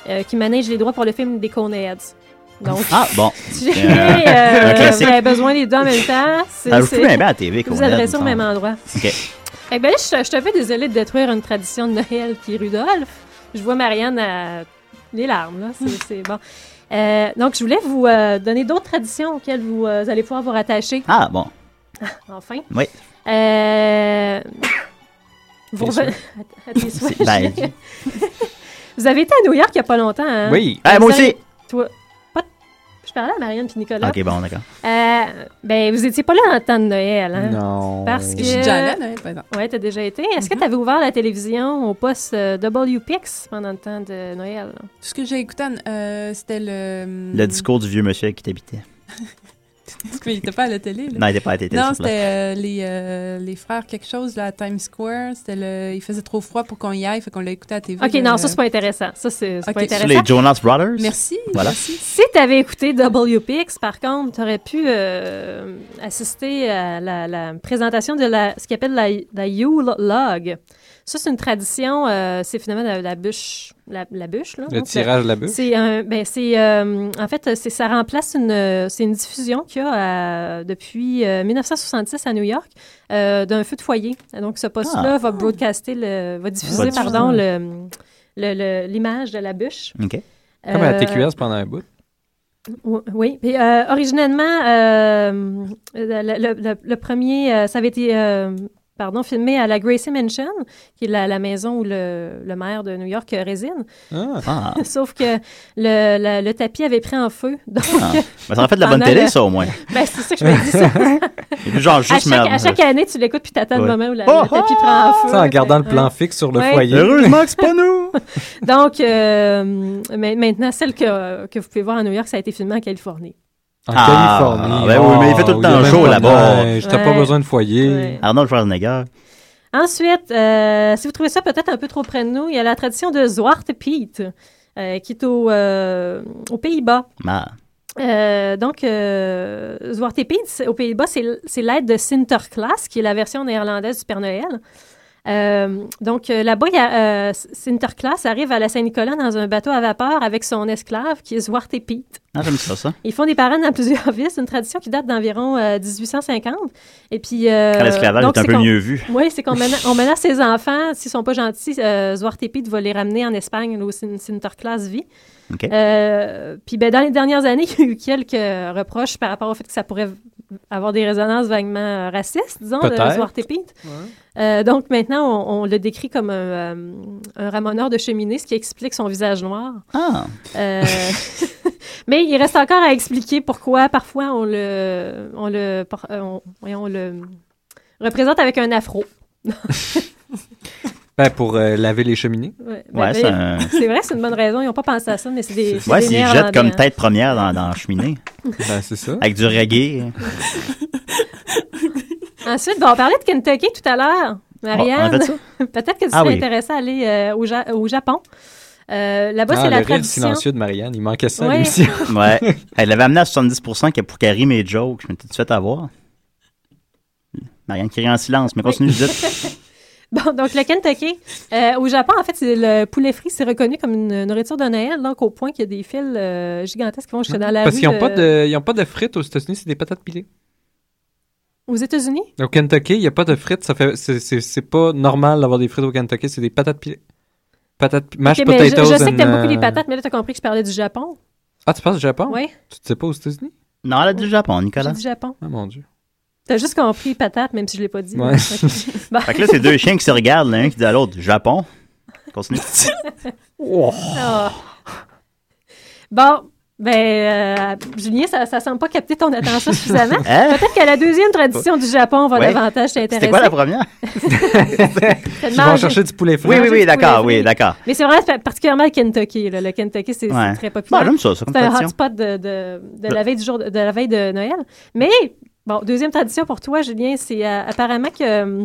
euh, qui manage les droits pour le film des Coneheads. Donc,
Ah, bon.
si
Euh,
jamais, euh,
un
vous
classique.
avez besoin des deux en même temps, c'est.
Ah, vous
c'est-
pouvez bien bien à la TV,
Vous vous
Coneheads,
adressez au
me semble.
même endroit.
OK.
Fait que ben là, je, je suis un peu désolée de détruire une tradition de Noël qui est Rudolph. Je vois Marianne à les larmes, là. C'est- C'est bon. Euh, donc, je voulais vous euh, donner d'autres traditions auxquelles vous, euh, allez pouvoir vous rattacher.
Ah, bon.
Enfin.
Oui.
Euh, Vous,
Tes
reven-
souhaits.
à- à tes souhaits,
C'est- ben,
je- vous avez été à New York il n'y a pas longtemps, hein?
Oui.
Vous
Eh, moi
avez-
aussi.
Toi... pas de- Je parlais à Marianne puis Nicolas.
OK, bon, d'accord.
Euh, ben, vous étiez pas là en temps de Noël, hein?
Non.
Parce que...
Je suis déjà Mm-hmm. allée à Noël, par exemple.
Ouais, t'as déjà été. Est-ce que tu avais ouvert la télévision au poste euh, WPIX pendant le temps de Noël? là?
Tout ce que j'ai écouté, euh, c'était le.
Le discours du vieux monsieur qui t'habitait.
Parce qu'il n'était pas à la télé. Là.
Non, il était pas à la télé,
Non,
c'est vrai.
c'était euh, les, euh, les frères quelque chose là, à Times Square. C'était le... Il faisait trop froid pour qu'on y aille, fait qu'on l'a écouté à la TV.
Ok, non, ça, c'est pas intéressant. Ça, c'est c'est
Ok. Sur
pas intéressant.
les Jonas Brothers.
Merci,
Voilà.
merci.
Si tu avais écouté WPX, par contre, tu aurais pu euh, assister à la, la présentation de la, ce qu'ils appelle la, la Yule Log. Ça, c'est une tradition, euh, c'est finalement la, la bûche. La, la bûche, là.
Le
donc,
tirage de la bûche.
C'est un- ben, c'est, euh, en fait, c'est, ça remplace une, euh, c'est une diffusion qu'il y a euh, depuis euh, 1966 à New York euh, d'un feu de foyer. Donc, ce poste-là
Ah.
va broadcaster, le, va diffuser,
Va diffuser.
pardon, le- le- le- l'image de la bûche.
OK.
Comme à la
Euh,
TQS pendant un bout.
oui, Oui, puis euh, originellement, euh, le, le- le- le premier, euh, ça avait été euh, pardon, filmé à la Gracie Mansion, qui est la, la maison où le, le maire de New York euh, réside.
Ah.
Sauf que le, la- le tapis avait pris en feu. Donc,
Ah. Ben, ça en fait de la bonne
pendant
télé, ça, au moins.
Ben, c'est ça que je me dis. Ça.
Et puis, genre,
à,
juste
chaque,
merde.
à chaque année, tu l'écoutes puis t'attends
Ouais.
le moment où la- le tapis prend en feu.
Oh, Ça, en gardant le
Fait-
plan
ouais.
fixe sur le
Ouais.
foyer.
Heureusement que c'est pas nous!
Donc, euh, mais- maintenant, celle que, que vous pouvez voir à New York, ça a été filmé en Californie.
En
Ah,
Californie. Oh,
ben oui, mais il fait tout le
y a
temps
même
chaud
pas de
là-bas.
neige, T'as pas
Ouais.
besoin de foyer.
Ouais.
Arnold Schwarzenegger.
Ensuite, euh, si vous trouvez ça peut-être un peu trop près de nous, il y a la tradition de Zwarte Piet, euh, qui est au, euh, aux Pays-Bas.
Ah.
Euh, donc, euh, Zwarte Piet, c'est- aux Pays-Bas, c'est l- c'est l'aide de Sinterklaas, qui est la version néerlandaise du Père Noël. Euh, donc, euh, là-bas, il y a, euh, Sinterklaas arrive à la Saint-Nicolas dans un bateau à vapeur avec son esclave, qui est Zwarte Piet.
Ah, j'aime ça, ça.
Ils font des parades dans plusieurs villes. C'est une tradition qui date d'environ euh, 1850. Et puis. euh,
Quand Ah, l'esclavage
donc,
est un
c'est
peu
qu'on-
mieux vu.
Oui, c'est qu'on mena- on menace ses enfants. S'ils sont pas gentils, euh, Zwarte Piet va les ramener en Espagne, là, au Sin- Sinterklaas vie.
OK.
Euh, puis ben, dans les dernières années, il y a eu quelques reproches par rapport au fait que ça pourrait v- avoir des résonances vaguement euh, racistes, disons, de
Peut-être.
Zwarte Piet. Euh, donc maintenant, on, on le décrit comme un, euh, un ramoneur de cheminée, ce qui explique son visage noir.
Ah.
Euh, mais il reste encore à expliquer pourquoi parfois on le, on le, por- euh, on, voyons, on le représente avec un afro.
Ben, pour euh, laver les cheminées.
Ouais. ben,
Ouais,
ben,
c'est un-
c'est vrai, c'est une bonne raison. Ils n'ont pas pensé à ça, mais c'est des. c'est hein,
Ouais,
des
s'ils
nerfs
jettent
dans-
comme tête première dans, dans la cheminée.
Ben, c'est ça.
Avec du reggae.
hein. Ensuite, bon, on parlait de Kentucky tout à l'heure,
Oh, on
Marianne.
a fait ça?
Peut-être que tu
Ah
serais
oui.
intéressée à aller euh, au, Ja- au Japon. Euh, Là-bas,
Ah,
c'est
le
la
rire
tradition.
silencieux de Marianne, il manquait ça
Ouais.
lui aussi.
ouais. Elle l'avait amené à 70% que pour qu'elle rie mes jokes. Je me suis tout de suite à voir. Marianne qui rit en silence, mais continue, je dis.
Bon, donc le Kentucky. Euh, au Japon, en fait, c'est le poulet frit, c'est reconnu comme une nourriture de Noël, donc au point qu'il y a des fils euh, gigantesques qui vont jusque dans la
Parce
rue euh,
qu'ils n'ont
de-
pas, de- ils ont pas de frites aux États-Unis, c'est des patates pilées.
Aux États-Unis?
Au Kentucky, il n'y a pas de frites. Ça fait, c'est, c'est, c'est pas normal d'avoir des frites au Kentucky, c'est des patates pilées. Patates, mashed
Ok, mais je,
potatoes
je sais que t'aimes
and,
beaucoup les
euh,
patates, mais là, t'as compris que je parlais du Japon.
Ah, tu passes au Japon?
Oui.
Tu te sais pas aux États-Unis?
Non, elle a dit le Japon, Nicolas.
J'ai dit Japon.
Ah, mon Dieu.
T'as juste compris patate, même si je l'ai pas dit.
Ouais.
Ok. Bon.
Fait que là, c'est deux chiens qui se regardent, l'un qui dit à l'autre Japon. Continue. Oh,
Ah. Bon, ben, euh, Julien, ça, ça semble pas capter ton attention suffisamment.
Hein?
Peut-être que la deuxième tradition du Japon va
Ouais.
davantage t'intéresser.
C'était quoi la première?
C'est de
Ils vont
manger-
chercher du poulet frit.
de
Oui, oui,
manger
oui,
du
d'accord,
poulet
oui,
frit.
d'accord.
Mais c'est vraiment pa- particulièrement le Kentucky. là. Le Kentucky, c'est c'est
Ouais.
très populaire.
Ben, j'aime ça, ça, comme
C'est un
tradition.
hotspot de, de, de la
Ouais.
veille du jour de, de la veille de Noël. Mais, bon, deuxième tradition pour toi, Julien, c'est euh, apparemment que euh,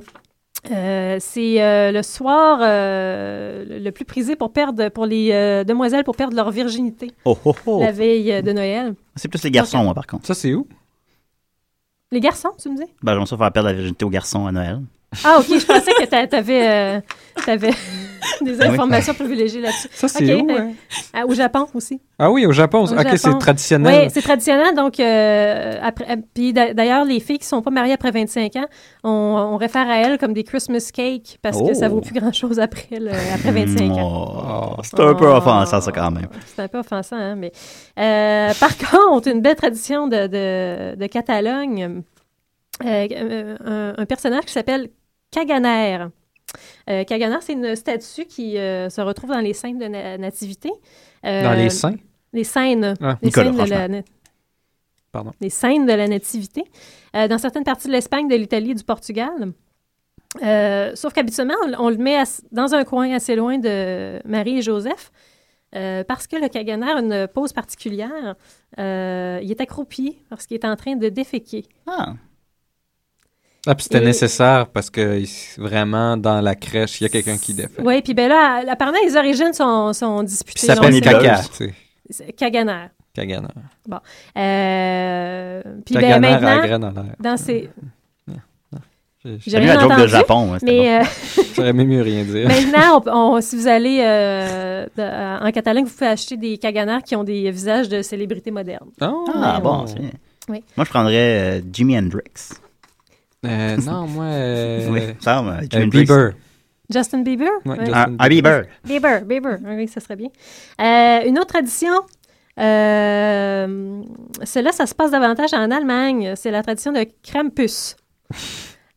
euh, c'est euh, le soir euh, le- le plus prisé pour perdre pour les euh, demoiselles pour perdre leur virginité
Oh, oh, oh.
la veille euh, de Noël.
C'est plus les garçons, moi, par contre.
Ça, c'est où?
Les garçons, tu me dis?
Ben, j'aimerais ça faire perdre la virginité aux garçons à Noël.
Ah, OK, je pensais que t'a- t'avais euh, t'avais des informations privilégiées là-dessus.
Ça, c'est
OK,
où,
euh,
hein?
euh, Au Japon aussi.
Ah oui, au Japon.
Au
ok,
Japon.
c'est traditionnel.
Oui, c'est traditionnel. Donc, euh, après, euh, puis d'a- d'ailleurs, les filles qui ne sont pas mariées après 25 ans, on, on réfère à elles comme des Christmas cakes parce que ça
Oh.
vaut plus grand-chose après, le- après 25 ans.
Oh, c'est un peu
Oh.
offensant, ça, quand même.
C'est un peu offensant, hein, mais... euh, par contre, une belle tradition de, de, de Catalogne, euh, euh, un, un personnage qui s'appelle Caganer. Euh, Caganer, c'est une statue qui euh, se retrouve dans les scènes de na- nativité. Euh,
Dans les scènes?
Les scènes.
Ah.
les
Nicolas,
scènes de la
franchement.
na-
Pardon.
les scènes de la nativité euh, dans certaines parties de l'Espagne, de l'Italie et du Portugal. Euh, sauf qu'habituellement, on, on le met ass- dans un coin assez loin de Marie et Joseph euh, parce que le caganer a une pose particulière. Euh, il est accroupi parce qu'il est en train de déféquer.
Ah.
Ah, puis c'était
Et-
nécessaire parce que il- vraiment, dans la crèche, il y a quelqu'un qui défait.
Oui, puis ben là, apparemment, les origines sont, sont disputées.
Puis ça s'appelle
Donc, c'est-
Caca, tu sais.
c'est Caganer.
Cagana.
Bon. Euh, puis
T'as
ben,
gagné à la
maintenant,
graine en l'air.
dans ces... J'ai
T'as
rien
mis la joke de
entendu,
Japon, ouais, c'était
mais euh,
J'aurais même mieux rien dire.
maintenant, on- on- si vous allez euh, de- euh, en Catalogne, vous pouvez acheter des caganards qui ont des visages de célébrités modernes.
Ah,
euh, Ouais,
bon,
ouais.
c'est
Oui.
Moi, je prendrais euh, Jimi Hendrix.
Euh, non, moi. euh,
Oui, ça, moi, Jimi
euh,
Hendrix.
Bieber.
Justin Bieber?
Ouais,
Ouais.
Justin
Ah, Bieber.
Bieber, Bieber, Ah oui, ça serait bien. Euh, une autre tradition, euh, cela, ça se passe davantage en Allemagne. C'est la tradition de Krampus.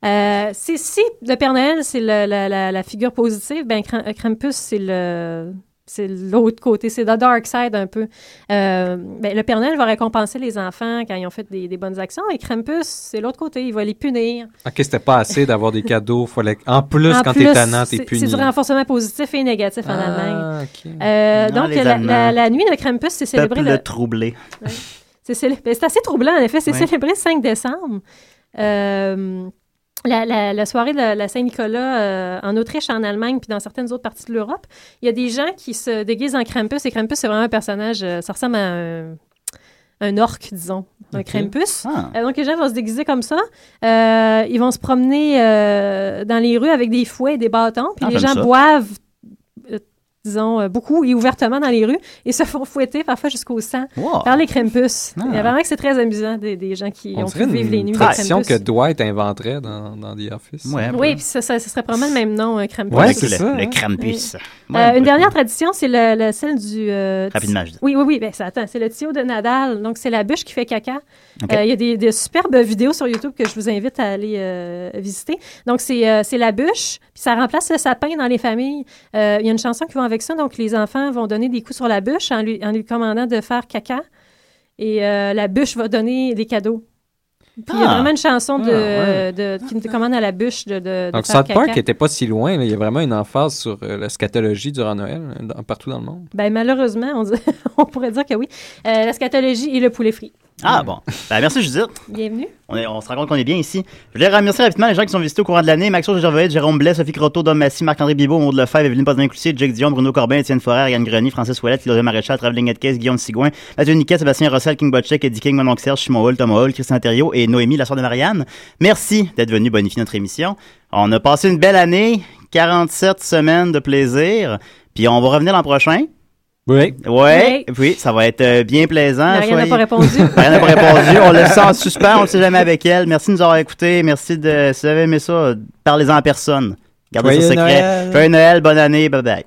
Euh, c'est- si le Père Noël, c'est le- la, la- la figure positive, ben Kram- euh, Krampus, c'est le c'est l'autre côté, c'est le dark side un peu. Euh, ben, le Père Noël va récompenser les enfants quand ils ont fait des, des bonnes actions et Krampus, c'est l'autre côté, il va les punir.
Ok, c'était pas assez d'avoir des cadeaux. Fallait... En plus,
En
quand
plus,
t'es tannant, t'es
c'est-
puni.
C'est du renforcement positif et négatif en Allemagne.
Ah,
Euh, donc,
les
la,
Allemands.
la- la nuit de Krampus, c'est célébré.
Peuple
le-
troublé.
c'est célé- ben, c'est assez troublant, en effet. C'est
Oui.
célébré le 5 décembre. Euh, la, la- la soirée de la, la Saint-Nicolas euh, en Autriche, en Allemagne, puis dans certaines autres parties de l'Europe, il y a des gens qui se déguisent en Krampus. Et Krampus, c'est vraiment un personnage, euh, ça ressemble à un, un orque, disons, un
Ok.
Krampus.
Ah.
Euh, donc, les gens vont se déguiser comme ça. Euh, ils vont se promener euh, dans les rues avec des fouets et des bâtons. Puis
Ah,
les
j'aime
gens
ça.
boivent, euh, disons, euh, beaucoup et ouvertement dans les rues et se font fouetter parfois jusqu'au sang
Wow.
par les Krampus.
Ah.
Il y a vraiment que c'est très amusant des, des gens qui
On
ont
dirait
pu vivre les
une
nuits
tradition
de
que
Krampus.
Dwight inventerait dans, dans The Office.
oui, puis ça, ça, ça serait probablement le même nom, un Krampus.
Ouais, c'est Le- ça, le hein.
Krampus.
Euh,
Ouais,
euh,
ouais.
une dernière tradition, c'est le- le- celle du... euh,
Rapidement,
ti-
je dis.
Oui, oui, oui, ben, ça attend. C'est le tuyau de Nadal. Donc, c'est la bûche qui fait caca. Euh, Il
Ok.
y a des, des superbes vidéos sur YouTube que je vous invite à aller euh, visiter. Donc, c'est euh, c'est la bûche, puis ça remplace le sapin dans les familles. Euh, Il y a une chanson qui va avec ça. Donc, les enfants vont donner des coups sur la bûche en lui, en lui commandant de faire caca. Et euh, la bûche va donner des cadeaux. Puis Il y a
Ah.
vraiment une chanson
Ah,
de,
ouais.
de- qui me commande à la bûche de. de, de
Donc,
faire
South Park
caca.
n'était pas si loin. là. Il y a vraiment une emphase sur euh, la scatologie durant Noël, euh, dans- partout dans le monde.
Ben, malheureusement, on, dit- on pourrait dire que oui. Euh, la scatologie et le poulet frit.
Ah bon. Ben, merci Judith.
Bienvenue.
On, est- on se rend compte qu'on est bien ici. Je voulais remercier rapidement les gens qui sont visités au courant de l'année. Maxime Gervais, Jérôme Blais, Sophie Croteau, Dom Massy, Marc-André Bibot, Maud Lefebvre, Evelyne Potvin-Cloutier, Jake Dion, Bruno Corbin, Étienne Forêt, Yann Grenier, Francis Ouellet, Claudia Maréchal, Traveling Headcase, Guillaume Sigouin, Mathieu Niquet, Sébastien Rossel, King Botchek, Eddie King, Manon Serge, Simon Hall, Thomas Hall, Christian Thériault et Noémie, la soeur de Marianne. Merci d'être venu bonifier notre émission. On a passé une belle année, 47 semaines de plaisir, puis on va revenir l'an prochain.
Oui.
Ouais. Oui, ça va être euh, bien plaisant.
Marianne n'a
Soyez-
pas répondu.
Marianne n'a pas répondu. On laisse ça en suspens. On ne sait jamais avec elle. Merci de nous avoir écoutés. Merci de. Si vous avez aimé ça, parlez-en à personne. Gardez
Joyeux
ça secret.
Noël.
Joyeux Noël. Bonne année. Bye bye.